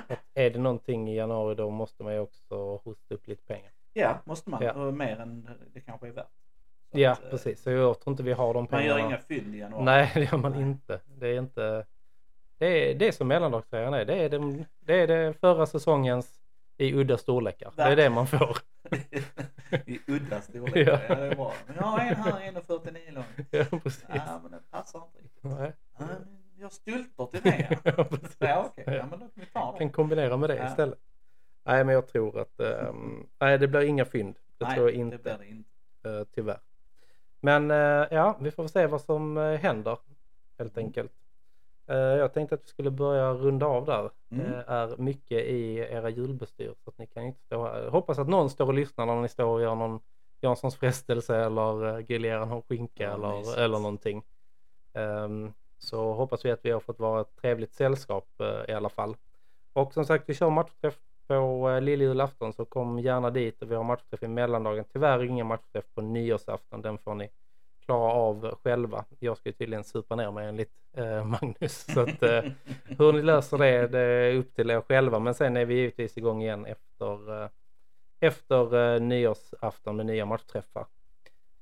Att är det någonting i januari då måste man ju också hosta upp lite pengar. Ja, måste man. Ja. Och mer än eh, det kanske är värt. Så Ja, att, eh, precis. Så jag tror inte vi har de Man pengarna. gör inga fynd i januari. Nej, det gör man Nej. inte. Det är inte... Det är, det är som mellanlagströjan är. Det är, den, det är det förra säsongens i udda storlekar. Det är det man får. I udda storlek. Ja. ja. det är bra. Men jag har en här, 1,49 lång. Ja, precis. Ja, men den passar inte riktigt. Nej. Ja, men jag har stultor till mig. ja. Ja, precis. Ja, okej. Ja, Ja. men då kan vi ta Kan det. kombinera med det Ja. istället. Nej, men jag tror att... ehm, nej, det blir inga fynd. Det Nej, tror jag inte, Det blir det inte. eh, tyvärr. Men eh, ja, vi får se vad som eh, händer helt Mm. enkelt. Eh, jag tänkte att vi skulle börja runda av där. Mm. Eh, är mycket i era julbestyr. Så att ni kan inte stå här. Jag Hoppas att någon står och lyssnar när ni står och gör någon Janssons frestelse eller eh, grillerar någon skinka Ja, eller, mysigt. eller någonting. Ehm, så hoppas vi att vi har fått vara ett trevligt sällskap eh, i alla fall. Och som sagt, vi kör matchträff på eh, lilljulafton så kom gärna dit och vi har matchträff i mellandagen. Tyvärr ingen matchträff på nyårsafton, den får ni klara av själva. Jag ska ju tydligen supa ner mig enligt eh, Magnus. Så att, eh, hur ni löser det, det är upp till er själva. Men sen är vi givetvis igång igen efter, eh, efter eh, nyårsafton med nya matchträffar.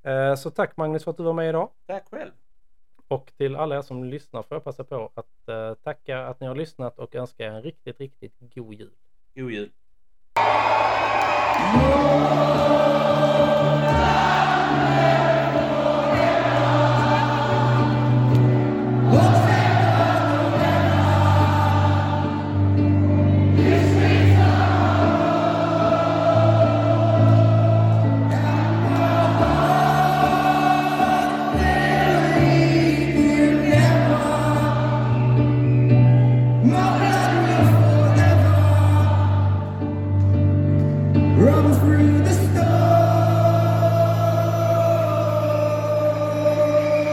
Eh, Så tack Magnus för att du var med idag. Tack själv. Och till alla er som lyssnar får jag passa på att eh, tacka att ni har lyssnat och önska er en riktigt, riktigt god jul. God jul.